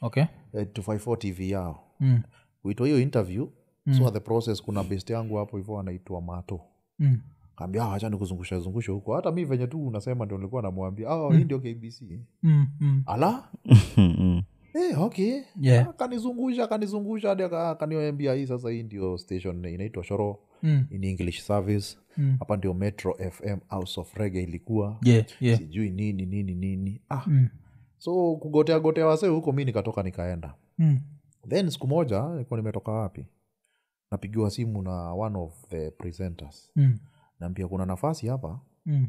C: okay
A: eh, 254 tv yao
C: Mm,
A: kuitwa hiyo interview mm. so at the process kuna best yangu hapo hivyo anaitwa mato
C: mm,
A: kaambia "Ah, wacha nikuzungusha zungusha huko hata mi venye tu unasema ndio nilikuwa namwambia oh, hii ndio kbc
C: mm, mm.
A: ala
B: Mm.
A: Eh, okay
C: Yeah.
A: kanizungusha kanizungusha hadi aka- akaniambia hii sasa hii ndio station inaitwa shoro
C: Mm.
A: in english service
C: Mm.
A: hapa ndio metro fm house of rege ilikuwa
C: Yeah, yeah.
A: sijui nini nini nini ah.
C: Mm,
A: so kugotea gotea wasee huko mi nikatoka nikaenda
C: mm,
A: then siku moja nilikuwa nimetoka wapi napigiwa simu na one of the presenters
C: mm,
A: naambia kuna nafasi hapa
C: mm,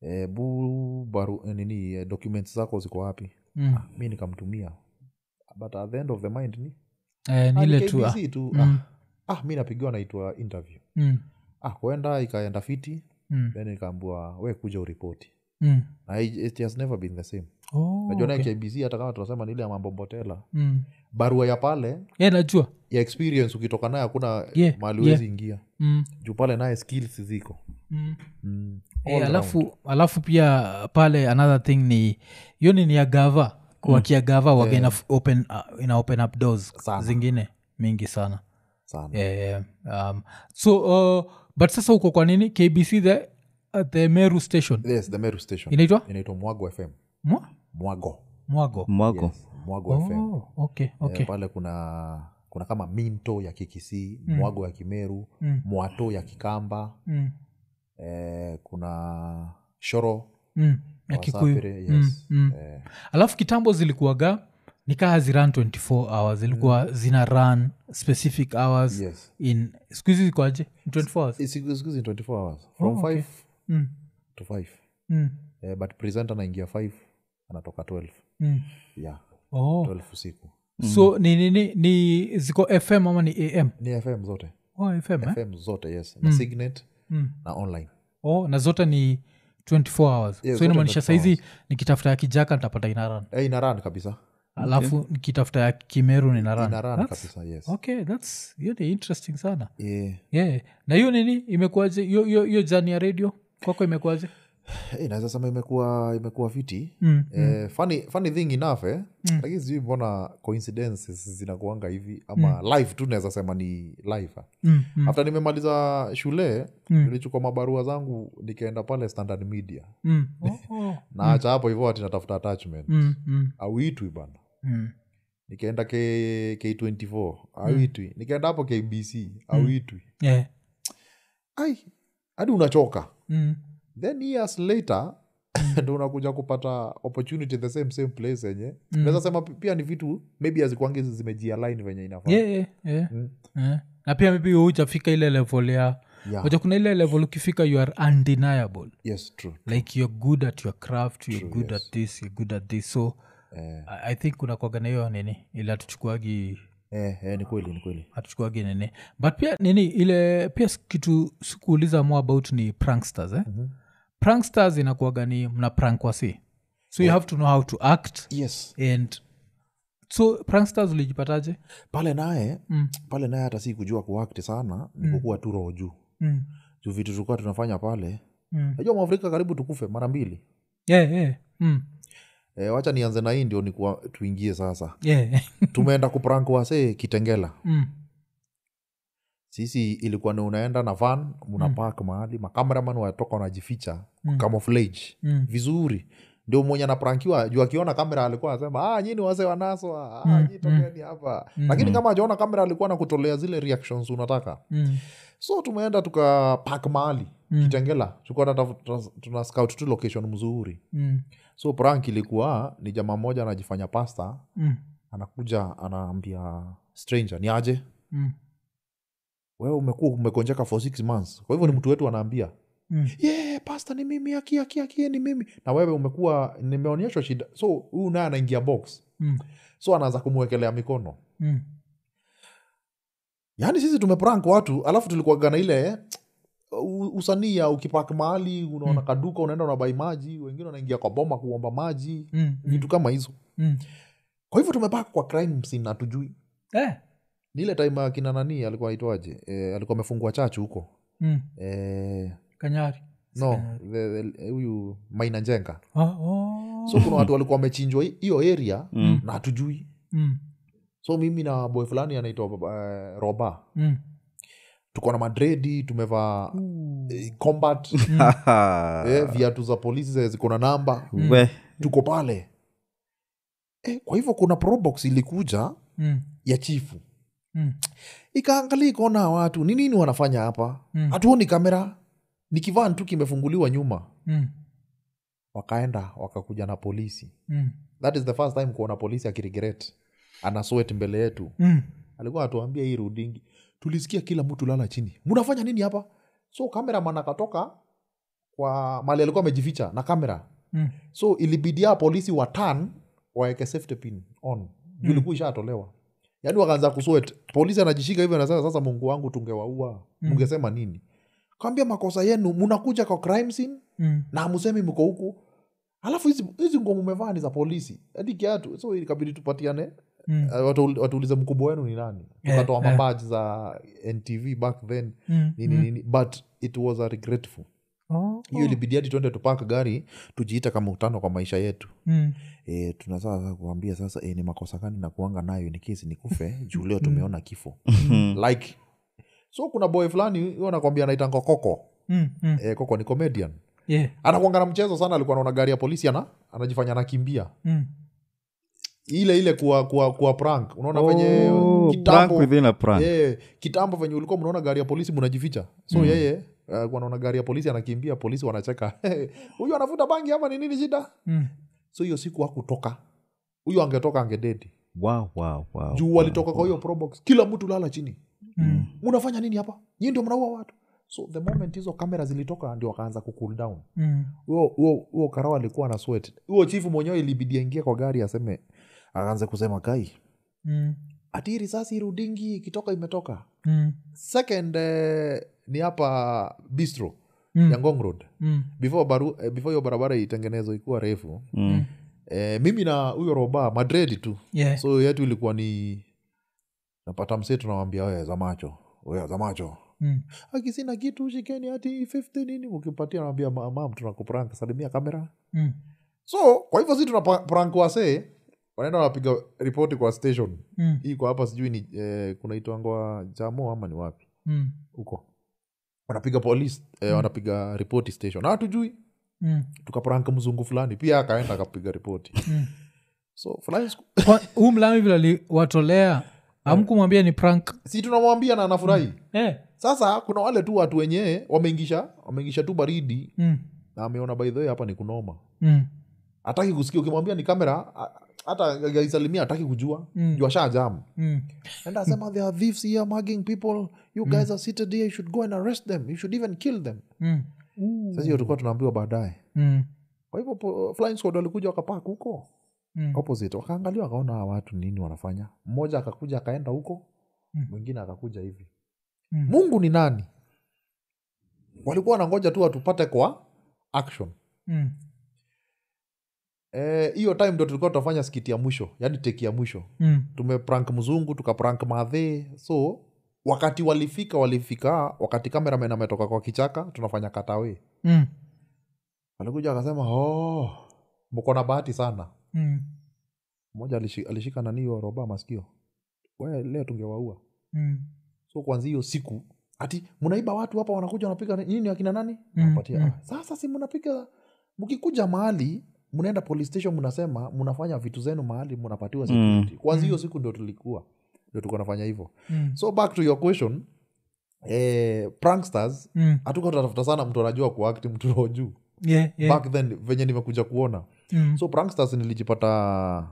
A: e, bu baru, eh, nini eh, documents zako ziko wapi
C: mm.
A: mi nikamtumia but at the end of the mind ni
C: Eh, ni
A: Ah,
C: ile
A: ni
C: tu ah.
A: KBC tu
C: Mm.
A: ah, ah, mi napigiwa naitwa interview
C: Mm,
A: ah, kuenda ikaenda fiti
C: mm,
A: then nikaambua we kuja uripoti
C: mm.
A: na it, it has never been the same
C: Oh,
A: najua naye
C: okay.
A: kbc hata kama tunasema ni ile ya mambo mbotela
C: Mm.
A: barua ya pale
C: Eh, najua
A: ya experience ukitoka naye hakuna
C: Yeah,
A: mahali
C: yeah.
A: huwezi ingia
C: mm,
A: juu pale naye skills ziko
C: mm.
A: mm.
C: Eh,
A: All round.
C: alafu alafu pia pale another thing ni hiyo ni ya gava kuwakia gava waga ina, open, uh, ina open up doors
A: Mm. Sana.
C: zingine mingi sana
A: sana
C: yeah, yeah. Um, so uh, but sasa uko kwa nini kbc the, uh, the meru station
A: yes the meru station
C: inaitwa
A: inaitwa mwago fm
C: Mwa?
A: mwago
C: mwago
B: mwako
A: mwago fm
C: oh, okay, okay.
A: eh, pale kuna kuna kama minto ya kikisii mwago ya kimeru
C: Mm.
A: mwato ya kikamba
C: Mm,
A: eh, kuna shoro
C: mm, ya kikuyu
A: Wasapere, yes.
C: Mm, mm.
A: Eh,
C: alafu kitambo zilikuwaga nikaa zirun 24 hours zilikuwa zina run specific hours
A: Mm. yes.
C: in skuhizi zikoaje 24 hours
A: Eh, siku- siku hizi ni 24 hours from
C: Oh, okay.
A: 5
C: mm,
A: to 5
C: mm,
A: eh, but present anaingia 5 anatoka 12
C: mm.
A: yeah,
C: Oh.
A: 12 usiku mm.
C: so ni, ni, ni, ni ziko fm ama ni am
A: ni fm zote
C: oh, FM, eh?
A: fm zote yes na signet
C: Mm.
A: na online
C: oh, na zote ni 24 hours
A: Yeah,
C: so
A: zote
C: inamaanisha
A: 24
C: saizi nikitafuta ya kijaka nitapata inaran
A: eh, inaran kabisa
C: alafu nikitafuta ya kimeru
A: inaran
C: ninaran
A: kabisa yes
C: okay that's hiyo ni interesting sana
A: Eh,
C: yeah. na hiyo nini imekuaje hiyo- hiyo hiyo jani ya radio kwako imekuaje
A: eh, inaweza sema imekuwa imekuwa fiti
C: Mm,
A: Eh, funny, funny thing enough eh? lakini sijui mbona coincidences zinakuanga hivi ama live tu naweza sema ni live ah.
C: mm, mm,
A: after nimemaliza shule
C: Mm.
A: nilichukua mabarua zangu nikaenda pale standard media
C: mm. Oh, oh.
A: naacha hapo hivyo ati natafuta attachment
C: Mm, mm,
A: auitwi bana
C: mm.
A: nikaenda K, k24 auitwi nikaenda hapo kbc
C: Mm.
A: auitwi
C: Yeah.
A: ai hadi unachoka
C: Mm.
A: then years later ndo unakuja kupata opportunity the same same place yenye
C: Mm.
A: naweza sema pi- pia ni vitu maybe hazikuangi zimejialin venye inafaa
C: Yeah, yeah, yeah.
A: Mm.
C: Yeah. na pia maybe hujafika ile level ya
A: Yeah.
C: waja kuna ile level ukifika you are undeniable
A: yes true
C: like you're good at your craft you're good
A: yes.
C: at this you're good at this so
A: eh,
C: I- i think unakwaga na hiyo nini ili atuchukuagi
A: eh, eh, ni kweli ni kweli
C: atuchukuagi nini but pia nini ile pia s- kitu sikuuliza more about ni pranksters eh? mm-hmm. pranksters inakuaga ni mna prank wasi so you have to know how to act
A: yes
C: and so pranksters ulijipataje
A: pale naye mm. pale naye hata si kujua kuakti sana ni kukuwa tu roho juu
C: mm.
A: juu vitu tulikuwa tunafanya pale
C: Mm.
A: najua mwafrika karibu tukufe mara mbili
C: yeah, yeah. Mm.
A: e, wacha nianze na hii ndio nikuwa tuingie sasa
C: yeah.
A: tumeenda kuprank wasee kitengela
C: mm.
A: sisi ilikuwa ni unaenda na van muna park mahali makameraman watoka wanajificha mm. camouflage
C: Mm.
A: vizuri ndio mwenye anaprankiwa juu akiona kamera alikuwa anasema ah, nyini wase wanaswa ah, nyi tokeni hapa lakini kama ajaona kamera alikuwa anakutolea zile reactions unataka
C: Mm.
A: so tumeenda tuka park mahali kitengela tulikuwa tunatafu- tuna- tuna scout tu location mzuri
C: Mm.
A: so prank ilikuwa ni jamaa moja anajifanya pasta
C: Mm.
A: anakuja anaambia stranger ni aje
C: Mm.
A: wewe umekuwa umekonjeka for six months kwa hivyo ni mtu wetu anaambia
C: Mm.
A: yeah, pasta ni mimi aki aki aki ni mimi na wewe umekuwa nimeonyeshwa shida so huyu naye anaingia box
C: Mm.
A: so anaanza kumwekelea mikono
C: Mm.
A: yaani sisi tumeprank watu alafu tulikuaga na ile eh, u- usanii ya ukipak mahali unaona
C: Mm.
A: kaduka unaenda unabai maji wengine wanaingia kwa boma kuomba maji
C: Mm.
A: vitu kama hizo
C: Mm.
A: kwa hivyo tumebak kwa crime scene hatujui
C: Eh.
A: ni ile time ya kina nani alikuwa aitwaje e, alikuwa amefungwa chachu huko
C: Mm.
A: e,
C: kanyari
A: no the- the- huyu maina njenga
C: Ah, oh.
A: so kuna watu walikuwa wamechinjwa hi- hiyo area
B: Mm.
A: na hatujui
C: Mm.
A: so mimi na boy fulani anaitwa uh, roba
C: Mm.
A: tuko na madredi tumevaa
C: Mm.
A: eh, combat eh, viatu za polisi zenye ziko na namba
B: we
A: tuko pale eh, kwa hivyo kuna probox ilikuja
C: Mm.
A: ya chifu
C: Mm.
A: ikaangalia ikaona watu ni nini wanafanya hapa
C: Mm.
A: hatuoni kamera ni kivani tu kimefunguliwa nyuma
C: Mm.
A: wakaenda wakakuja na polisi
C: Mm.
A: that is the first time kuona polisi akirigiret ana sweat mbele yetu
C: Mm.
A: alikuwa atuambia hii rudingi tulisikia kila mtu lala chini mnafanya nini hapa so kameraman akatoka kwa mali alikuwa amejificha na kamera
C: Mm.
A: so ilibidia polisi watan waeke safety pin on
C: Hmm.
A: Juu ilikuwa ishatolewa yaani wakaanza kuswet polisi anajishika hivyo anasema sasa mungu wangu tungewaua
C: Mm.
A: mngesema nini kaambia makosa yenu mnakuja kwa crime scene
C: Mm.
A: na musemi mko huku alafu hizi hizi nguo mumevaa ni za polisi hadi kiatu so ikabidi tupatiane
C: Mm.
A: eh, watu- watuulize mkubwa wenu ni nani
C: Eh,
A: tukatoa
C: eh.
A: mabaji za ntv back then
C: Mm.
A: nini
C: Mm.
A: nini but it was a regretful
C: Oh.
A: hiyo ilibidi hadi tuende tupaka gari tujiita kama utano kwa maisha yetu
C: Mm.
A: e, tunasasa kuambia sasa e, ni makosa gani nakuanga nayo ni kesi ni kufe juu leo tumeona kifo
B: Hmm.
A: like so kuna boy fulani huyo anakwambia anaitanga koko
C: Mm. Mm.
A: e, koko ni comedian
C: Yeah.
A: anakwanga na mchezo sana alikuwa naona gari ya polisi ana anajifanya anakimbia
C: Mm.
A: ile ile kuwa, kuwa, kuwa prank unaona
B: Oh,
A: venye
B: prank
A: kitambo
B: within a prank.
A: eh, kitambo venye ulikuwa mnaona gari ya polisi mnajificha so
B: Hmm.
A: mm. yeye uh, wanaona gari ya polisi anakimbia polisi wanacheka huyu anavuta bangi ama ni nini shida
C: Mm.
A: so hiyo siku hakutoka huyu angetoka angededi
B: Wow, wow, wow,
A: juu
B: wow.
A: walitoka kwa hiyo probox kila mtu lala chini
C: Mm.
A: mnafanya nini hapa nyii ndio mnaua watu so the moment hizo kamera zilitoka ndio akaanza kucool down
C: Mm.
A: huo- huo huo karawa alikuwa na sweat huo chifu mwenyewe ilibidi aingie kwa gari aseme aanze kusema kai
C: Mm.
A: ati risasi irudingi ikitoka imetoka
C: Mm.
A: second eh, ni hapa bistro
C: Mm.
A: ya ngong road
C: Mm.
A: before baru, eh, before hiyo barabara itengenezwa ikuwa refu
B: Mm.
A: eh, mimi na huyo roba madredi tu
C: Yeah.
A: so yetu ilikuwa ni napata msee tunawambia we za macho we za macho
C: Mm.
A: akisina kitu shikeni hati 50 nini ukimpatia nawambia "Ma- mam tunakuprank salimia kamera
C: Mm.
A: so kwa hivyo si tunaprank wasee wanaenda wanapiga ripoti kwa station
C: Mm.
A: hii kwa hapa sijui ni eh, kunaitwangwa jamo ama ni wapi
C: Mm.
A: huko wanapiga police eh, wanapiga ripoti station na hatujui
C: Mm.
A: tukaprank mzungu fulani pia akaenda akapiga ripoti
C: Mm.
A: so fulani siku-
C: Kwa- huu mlami vile aliwatolea amkumwambia ni prank
A: si tunamwambia na anafurahi
C: eh.
A: sasa kuna wale tu watu wenyewe wameingisha wameingisha tu baridi
C: mm.
A: na ameona by the way hapa ni kunoma
C: Mm.
A: hataki kusikia ukimwambia ni kamera a- hata aisalimia hataki kujua
C: Mm.
A: juu asha jamu
C: Mm.
A: and asema there are thieves here mugging people you guys are seated here you should go and arrest them you should even kill them
C: Mm.
A: sasa hiyo tulikuwa tunaambiwa baadaye
C: Mm.
A: kwa hivyo po- flying squad walikuja wakapak huko
C: Mm.
A: opposite wakaangalia wakaona hawa watu nini wanafanya mmoja akakuja akaenda huko
C: Mm.
A: mwingine akakuja hivi
C: Mm.
A: mungu ni nani walikuwa wanangoja tu watupate kwa action
C: Mm.
A: Eh, hiyo time ndo tulikuwa tunafanya skiti ya mwisho yani teki ya mwisho
C: Mm.
A: tumeprank mzungu tukaprank madhee so wakati walifika walifika wakati kameramen ametoka kwa kichaka tunafanya katawe
C: Mm.
A: alikuja akasema oh, mko na bahati sana
C: Mm.
A: mmoja alishi- alishika nani hiyo roba masikio we leo tungewaua
C: Mm.
A: so kwanzia hiyo siku ati mnaiba watu hapa wanakuja wanapiga nini akina nani
C: Mm,
A: Nawapatia,
C: mm.
A: "Ah, sasa si mnapiga mkikuja mahali mnaenda police station mnasema mnafanya vitu zenu mahali mnapatiwa security kwanzia hiyo siku ndio tulikuwa ndio tulikuwa nafanya hivyo
C: Mm.
A: so back to your question eh, pranksters
C: Mm.
A: hatukuwa tunatafuta sana mtu anajua kuakti mtu roho juu
C: Yeah, yeah.
A: back then venye nimekuja kuona
C: Mm.
A: so pranksters nilijipata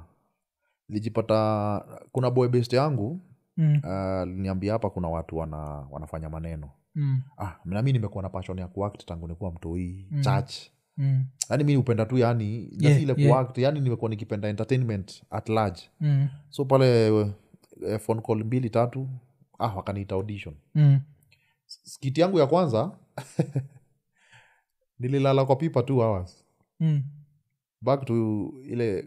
A: lijipata kuna boy best yangu
C: mm,
A: uh, niambia hapa kuna watu wana, wanafanya maneno
C: mm,
A: ah, nami nimekuwa na passion ya kuact tangu nikuwa mtoi
C: Mm.
A: mm. church
C: mm,
A: yaani mi upenda tu yani
C: Yeah,
A: yeah, ile
C: yeah.
A: kuact yani nimekuwa nikipenda entertainment at large
C: mm,
A: so pale eh, phone call mbili tatu ah, wakaniita audition
C: mm,
A: skiti yangu ya kwanza nililala kwa pipa two hours
C: mm,
A: back to ile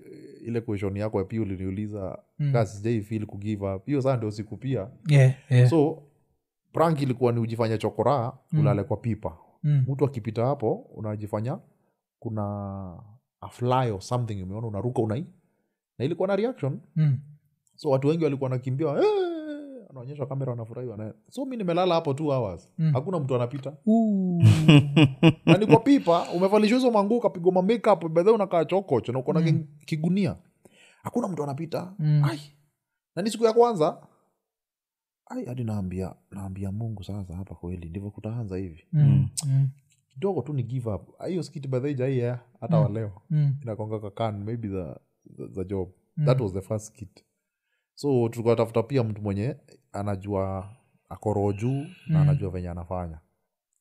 A: ile question yako pia uliniuliza
C: Mm.
A: mm. sijaifil kugive up hiyo saa ndio siku pia
C: yeah, yeah,
A: so prank ilikuwa ni ujifanya chokoraa
C: Eh. Mm.
A: ulale kwa pipa
C: mm,
A: mtu akipita hapo unajifanya kuna a fly or something umeona unaruka unai na ilikuwa na reaction
C: mm,
A: so watu wengi walikuwa wanakimbia "Eh!" anaonyeshwa kamera wanafurahi wana- so mi nimelala hapo two hours
C: Mm.
A: hakuna mtu anapita
C: Ooh.
A: na ni kwa pipa umevalishwa hizo manguo ukapigwa ma makeup bedhe unakaa chokocho na ukona
C: Mm.
A: mm. kigunia hakuna mtu anapita
C: Mm.
A: ai na ni siku ya kwanza ai hadi naambia naambia mungu sasa hapa kweli ndivyo kutaanza hivi
C: Mm, mm,
A: kidogo tu ni give up hiyo skiti bedhe ijaia hata mm.
C: Mm.
A: waleo
C: mm,
A: inakonga kakan maybe the, the, the job
C: Mm.
A: mm. that was the first skit so tulikuwa tafuta pia mtu mwenye anajua akoro juu mm.
C: Mm.
A: na anajua venye anafanya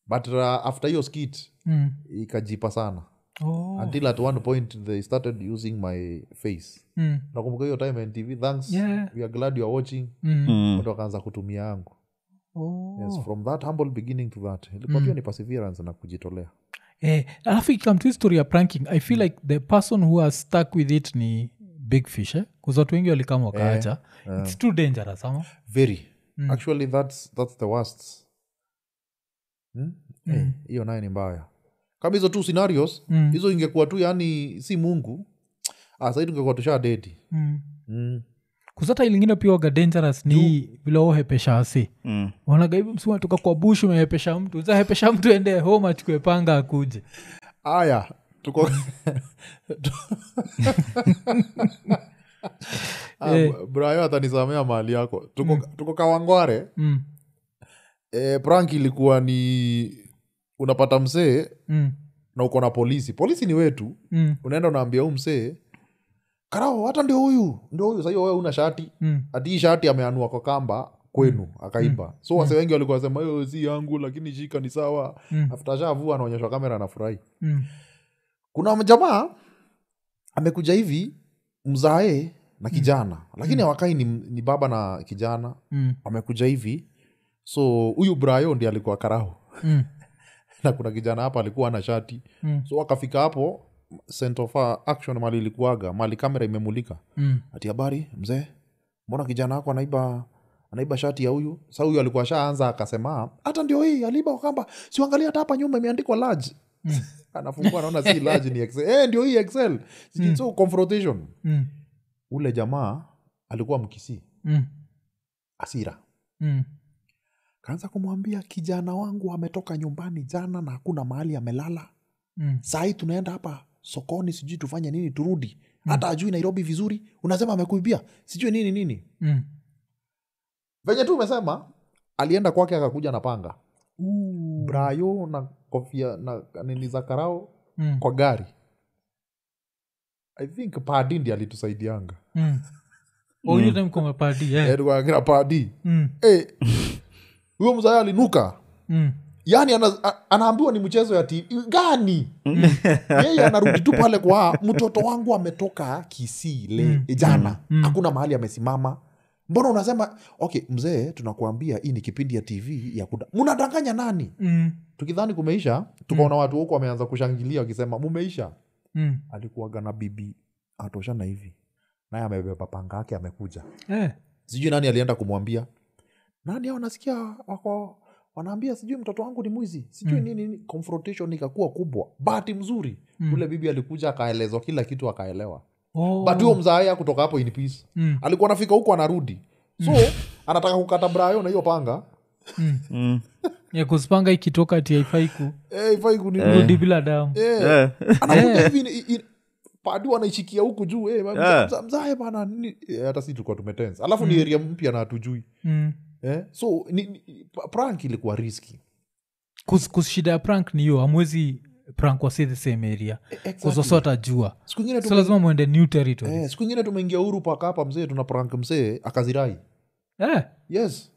A: but uh, after hiyo skit
C: mm.
A: ikajipa sana
C: Oh.
A: oh. until at one point they started using my face
C: Mm,
A: nakumbuka hiyo time ntv thanks
C: Yeah.
A: we are glad you are watching
C: mm.
B: Mm.
A: watu wakaanza kutumia yangu
C: Oh.
A: yes, from that humble beginning to that ilikuwa
C: Mm.
A: pia ni perseverance na kujitolea
C: Eh, alafu ikikam to history ya pranking i feel like the person who has stuck with it ni big fish eh? 'Cause watu wengi walikama wakaacha its too dangerous ama
A: very
C: Mm.
A: mm. actually that's, that's the worst Hmm? Eh,
C: Mm.
A: hiyo naye ni mbaya kama hizo tu scenarios
C: Mm.
A: hizo ingekuwa tu yani si mungu ah, saidi tungekuwa tusha dedi
C: mm.
A: mm.
C: kuzata ilingine pia waga dangerous ni vile wahepesha asi
A: Hmm.
B: Mm.
C: wanaga hivi msimu toka kwa bush umehepesha mtu zahepesha mtu ende home achukue panga akuje
A: aya tuko Ah,
C: Eh.
A: br- brayo atanisamea mahali yako tuko, tuko kawangware
C: mm.
A: e, prank ilikuwa ni unapata msee
C: Mm.
A: na uko na polisi polisi ni wetu
C: Mm.
A: unaenda unaambia huu msee karao hata ndio huyu ndio huyu sahiyo wewe una shati
C: Mm.
A: ati hii shati ameanua kwa kamba kwenu akaiba so wase wengi walikuwa wasema hiyo si yangu lakini shika ni sawa
C: Mm.
A: after shavua anaonyeshwa kamera anafurahi
C: Mm.
A: kuna jamaa amekuja hivi mzae na kijana lakini hawakai ni, ni baba na kijana
C: Mm.
A: amekuja hivi so huyu brayo ndi alikuwa karao
C: Mm.
A: na kuna kijana hapa alikuwa ana shati
C: Mm.
A: so wakafika hapo center of uh, action mali ilikuaga mali kamera imemulika
C: Mm.
A: ati habari mzee mbona kijana wako anaiba anaiba shati ya huyu sa huyu alikuwa shaanza akasema hata ndio hii aliiba kwamba siuangalia hata hapa nyuma imeandikwa large
C: Mm.
A: anafungua naona si large ni excel eh ndio hii excel Sijui,
C: Mm.
A: so confrontation
C: Mm.
A: ule jamaa alikuwa mkisi
C: Mm.
A: asira
C: Mm.
A: kaanza kumwambia kijana wangu ametoka nyumbani jana na hakuna mahali amelala
C: Mm.
A: sahii tunaenda hapa sokoni sijui tufanye nini turudi hata ajui nairobi vizuri unasema amekuibia sijui nini nini
C: Mm.
A: venye tu umesema alienda kwake akakuja na panga brayo na kofia na nini za karao
C: Mm.
A: kwa gari i think padi ndi alitusaidianga
C: Mm. Oh, hiyo time kwa mapadi,
A: Eh,
C: eh.
A: tulikuwa akina padi
C: Mm.
A: Eh, huyo mzaya alinuka
C: Mm.
A: yaani ana, a- anaambiwa ni mchezo ya tv gani yeye anarudi tu pale kwa mtoto wangu ametoka kisii le
C: Mm.
A: jana
C: Mm.
A: hakuna mahali amesimama mbona unasema okay mzee tunakuambia hii ni kipindi ya tv ya kuda mnadanganya nani
C: Mm.
A: tukidhani kumeisha tukaona watu huko wameanza kushangilia wakisema mumeisha
C: Mm.
A: alikuwaga na bibi atosha na hivi naye amebeba panga yake amekuja
C: Eh.
A: sijui nani alienda kumwambia nani hao nasikia wako wanaambia sijui mtoto wangu ni mwizi sijui
C: Mm.
A: mm. nini confrontation ikakuwa kubwa bahati mzuri
C: Mm.
A: mm. ule bibi alikuja akaelezwa kila kitu akaelewa
C: Oh.
A: oh. but huyo mzaaya kutoka hapo in peace
C: Mm.
A: alikuwa anafika huko anarudi so anataka kukata brayo na hiyo panga
B: Mm.
C: ya kuzipanga ikitoka ati haifai ku-
A: Eh, ifai kunirudi
C: kurudi bila damu
A: Eh.
B: Eh.
A: anakuja hivi ni- i- padu anaishikia huku juu eh, mza-
B: Yeah.
A: mza- mzae bana nini? Eh, hata si tulikuwa tumetensa alafu ni eria mpya na hatujui
C: Mm.
A: eh? so ni, ni, pa- prank ilikuwa riski
C: Kus- kus- shida ya prank ni hiyo amwezi prank wasi the same area
A: exactly.
C: kuzosota jua
A: Eh, siku ingine
C: so lazima mwende new territory
A: eh, siku ingine tumeingia huru paka hapa mzee tuna prank mzee akazirai
C: eh,
A: yes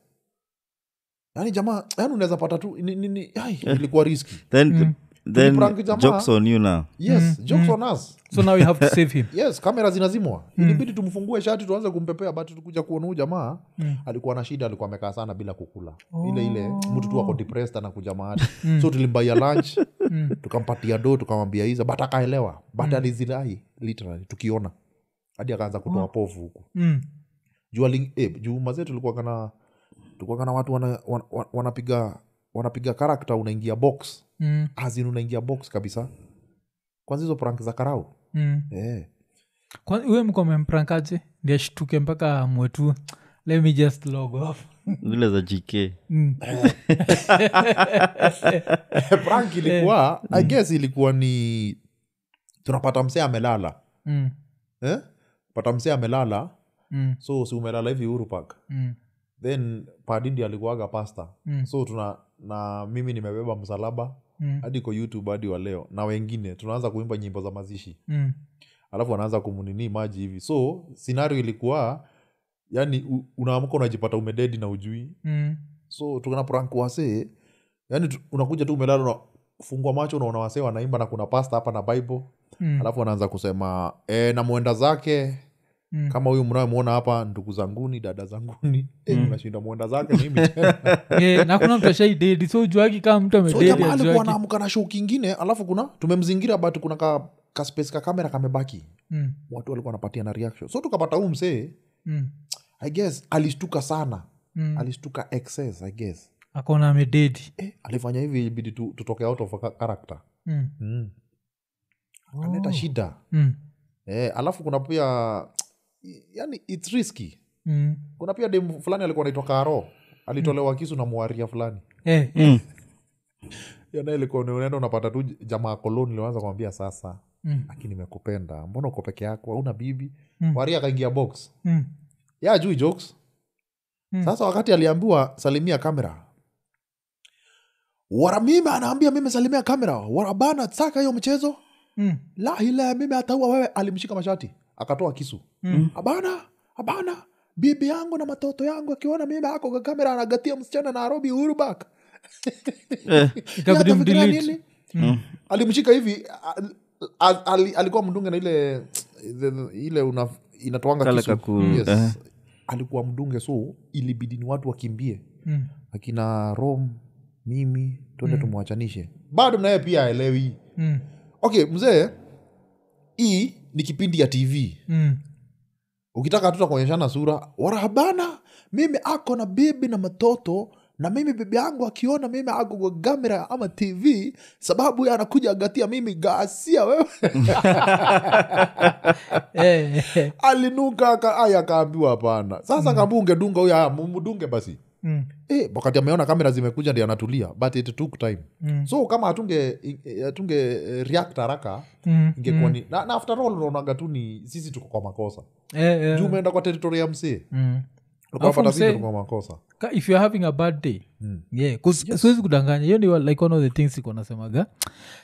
A: yaani jamaa yaani unaweza pata tu ni- ni- ni- ai, ilikuwa riski
B: then,
C: Mm. Hmm.
B: then
A: Tuliprank jamaa.
B: jokes on you now
A: yes jokes on us
C: so now you have to save him
A: yes kamera zinazimwa ilibidi tumfungue shati tuanze kumpepea but tukuja kuona huyu jamaa
C: Mm.
A: alikuwa na shida alikuwa amekaa sana bila kukula ile ile mtu tu ako depressed anakuja mahali
C: Mm.
A: so tulimbaia lunch tukampatia do tukamwambia hizo but akaelewa but alizirai literally tukiona hadi akaanza kutoa povu huku
C: mm.
A: juu ali- eh, juu mazee tulikuwa kana tulikuwa kana watu wana, wana, wana- wanapiga wanapiga karakta unaingia box
C: Mm.
A: azin unaingia box kabisa kwanza hizo prank za karau
C: Mm.
A: eh.
C: Kwa- huyo mko memprankaje ndi ashtuke mpaka mwetu let me just log off
B: zile za jk
C: mm.
A: Eh. prank ilikuwa i guess ilikuwa ni tunapata msee amelala
C: Mm.
A: eh? pata msee amelala
C: Mm.
A: so si umelala hivi uhuru park
C: Mm.
A: then padindi alikuaga pasta
C: Mm.
A: so tuna na mimi nimebeba msalaba
C: Mm.
A: hadi ko youtube hadi wa leo na wengine tunaanza kuimba nyimbo za mazishi
C: Mm.
A: alafu anaanza kumnini maji hivi so sinario ilikuwa yani u- unaamka unajipata umededi na ujui
C: Mm.
A: so tukana prank wasee yani tu- unakuja tu umelala una fungua macho unaona wasee wanaimba na kuna pasta hapa na bible
C: Mm.
A: alafu anaanza kusema e, na mwenda zake
C: Mm.
A: kama huyu mnayemwona hapa ndugu zanguni dada zanguni e, unashinda mwenda zake mimi
C: Eh, na kuna mtu ashaidedi so ujuagi kama mtu
A: so
C: amededi
A: jamaa alikuwa
C: ajuagi
A: anaamka na show kingine alafu kuna tumemzingira but kuna ka, ka space ka kamera kamebaki
C: Mm.
A: watu walikuwa wanapatia na reaction so tukapata huu msee
C: Mm.
A: i guess alishtuka sana
C: Mm.
A: alishtuka excess i guess
C: akaona amededi
A: eh, alifanya hivi ibidi tu, tutoke out of ca- character
C: Mm.
A: mm. aleta shida
C: Mm.
A: eh, alafu kuna pia yani its risky
C: Mm.
A: kuna pia demu fulani alikuwa anaitwa karo alitolewa kisu na mwaria fulani
C: Eh,
B: Hmm.
A: yana ilikuwa ni unaenda unapata tu jamaa koloni liwanza kumwambia sasa
C: Mm.
A: lakini nimekupenda mbona uko peke yako hauna bibi
C: Mm.
A: mwaria akaingia box
C: Mm.
A: ya ajui jokes
C: Mm.
A: sasa wakati aliambiwa salimia kamera wara mimi anaambia mimi salimia kamera warabana saka hiyo mchezo
C: Mm.
A: lahila mimi hataua wewe alimshika mashati akatoa kisu
B: Hmm.
C: Mm.
A: abana abana bibi yangu na matoto yangu akiona mimi ako kwa kamera anagatia msichana nairobi urubak
B: Eh,
C: Ikabidi mdelete. Hmm.
B: Hmm.
A: alimshika hivi a- a- ali- alikuwa mdunge na ile ile una, inatoanga
B: Kale
A: kisu
B: kaku-
A: yes.
B: eh.
A: alikuwa mdunge so ilibidi ni watu wakimbie
C: Mm.
A: akina rom mimi tuende
C: Hmm.
A: tumwachanishe bado naye pia aelewi
C: Mm.
A: okay mzee hii ni kipindi ya tv
C: Mm.
A: ukitaka tu takuonyeshana sura warabana mimi ako na bibi na matoto na mimi bibi yangu akiona mimi ako kwa kamera ama tv sababu yeye anakuja agatia mimi gaasia wewe
C: Eh, eh,
A: alinuka aka- aya akaambiwa hapana sasa mm. kaambiwa ungedunga huyo aya mdunge basi
C: Mm.
A: Eh, wakati ameona kamera zimekuja ndi anatulia but it took time
C: Mm.
A: so kama hatunge eh, hatunge eh, react haraka
C: Mm.
A: ingekuwa ni na, na after all unaonaga tu ni sisi tuko kwa makosa
C: Eh, eh.
A: juu umeenda kwa teritori ya msee
C: Mm.
A: Ulikuwa
C: Alafu
A: unapata sisi
C: msee-
A: tuko kwa makosa
C: Ka- if youare having a bad day
A: Mm.
C: yeah, 'cause siwezi kudanganya hiyo ndio like one of the things iko nasemaga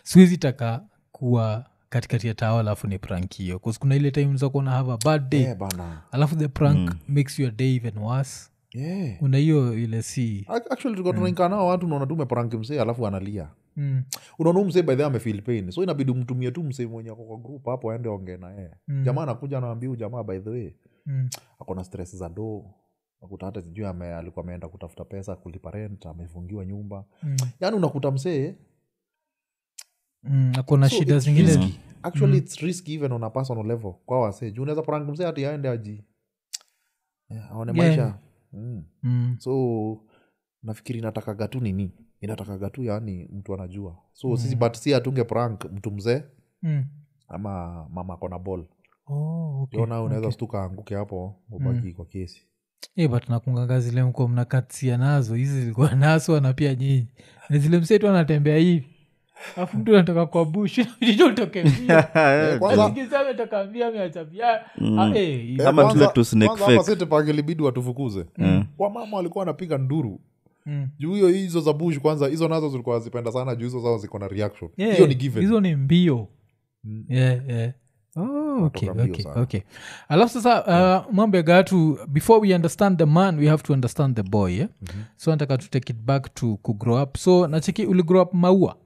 C: siwezi taka kuwa katikati ya tawa alafu ni prank hiyo 'Cause kuna ile time za kuona have a bad day
A: Eh, bana
C: alafu the prank
A: Mm.
C: makes your day even worse
A: Yeah.
C: kuna hiyo ile si
A: Ac- Eh. actually tulikuwa tunainkaa nao watu unaona tu umeparanki msee alafu analia
C: mm,
A: unaona huu msee baidhe amefeel pain so inabidi umtumie tu msee mwenye ako kwa group hapo aende ongee na yeye
C: Mm.
A: jamaa anakuja anaambia huyu jamaa by the way
C: mm,
A: ako na stress za doo nakuta hata sijui ame, alikuwa ameenda kutafuta pesa kulipa rent amefungiwa nyumba
C: mm,
A: yaani unakuta msee
C: mm, na kuna
A: So
C: shida
A: it's
C: zingine Mm.
A: risky. actually it's risky even on a personal level kwa wasee juu unaweza prank msee hati aende aji eh, aone
C: Yeah.
A: maisha mm.
C: mm,
A: so nafikiri inatakaga tu nini inatakaga tu yaani mtu anajua so sisi but si atunge prank mtu mzee
C: mm.
A: ama mama kona bol
C: Oh, okay,
A: ona unaweza
C: okay. Mm.
A: stuka anguke hapo ubaki kwa kesi
C: Eh, but nakunganga zile mko mnakatia nazo hizi zilikuwa naso na pia nyinyi na zile msetu anatembea hivi afu mtu anatoka kwa bush jicho litoke mbio.
A: Eh, Kwanza-
C: Zingiza ametoka mbio, ameacha pia.
B: Hmm.
C: Ah,
A: Mm.
C: eh, hivi.
B: Kama vile tu snake fake. Mm.
A: sitipangilibidi watufukuze wamama walikuwa wanapiga nduru
C: Mm.
A: juu hiyo hizo za bush kwanza hizo nazo zilikuwa zipenda sana juu hizo zao ziko na reaction
C: Yeah,
A: hiyo ni given
C: hizo ni mbio
A: Mm.
C: yeah, yeah. Oh, okay,
A: Watoka mbio
C: okay,
A: sana.
C: okay. alafu sasa uh, mambo ya gatu before we understand the man we
A: Mm-hmm.
C: have to understand the boy eh? so nataka to take it back to kugrow up so nachiki uli grow up maua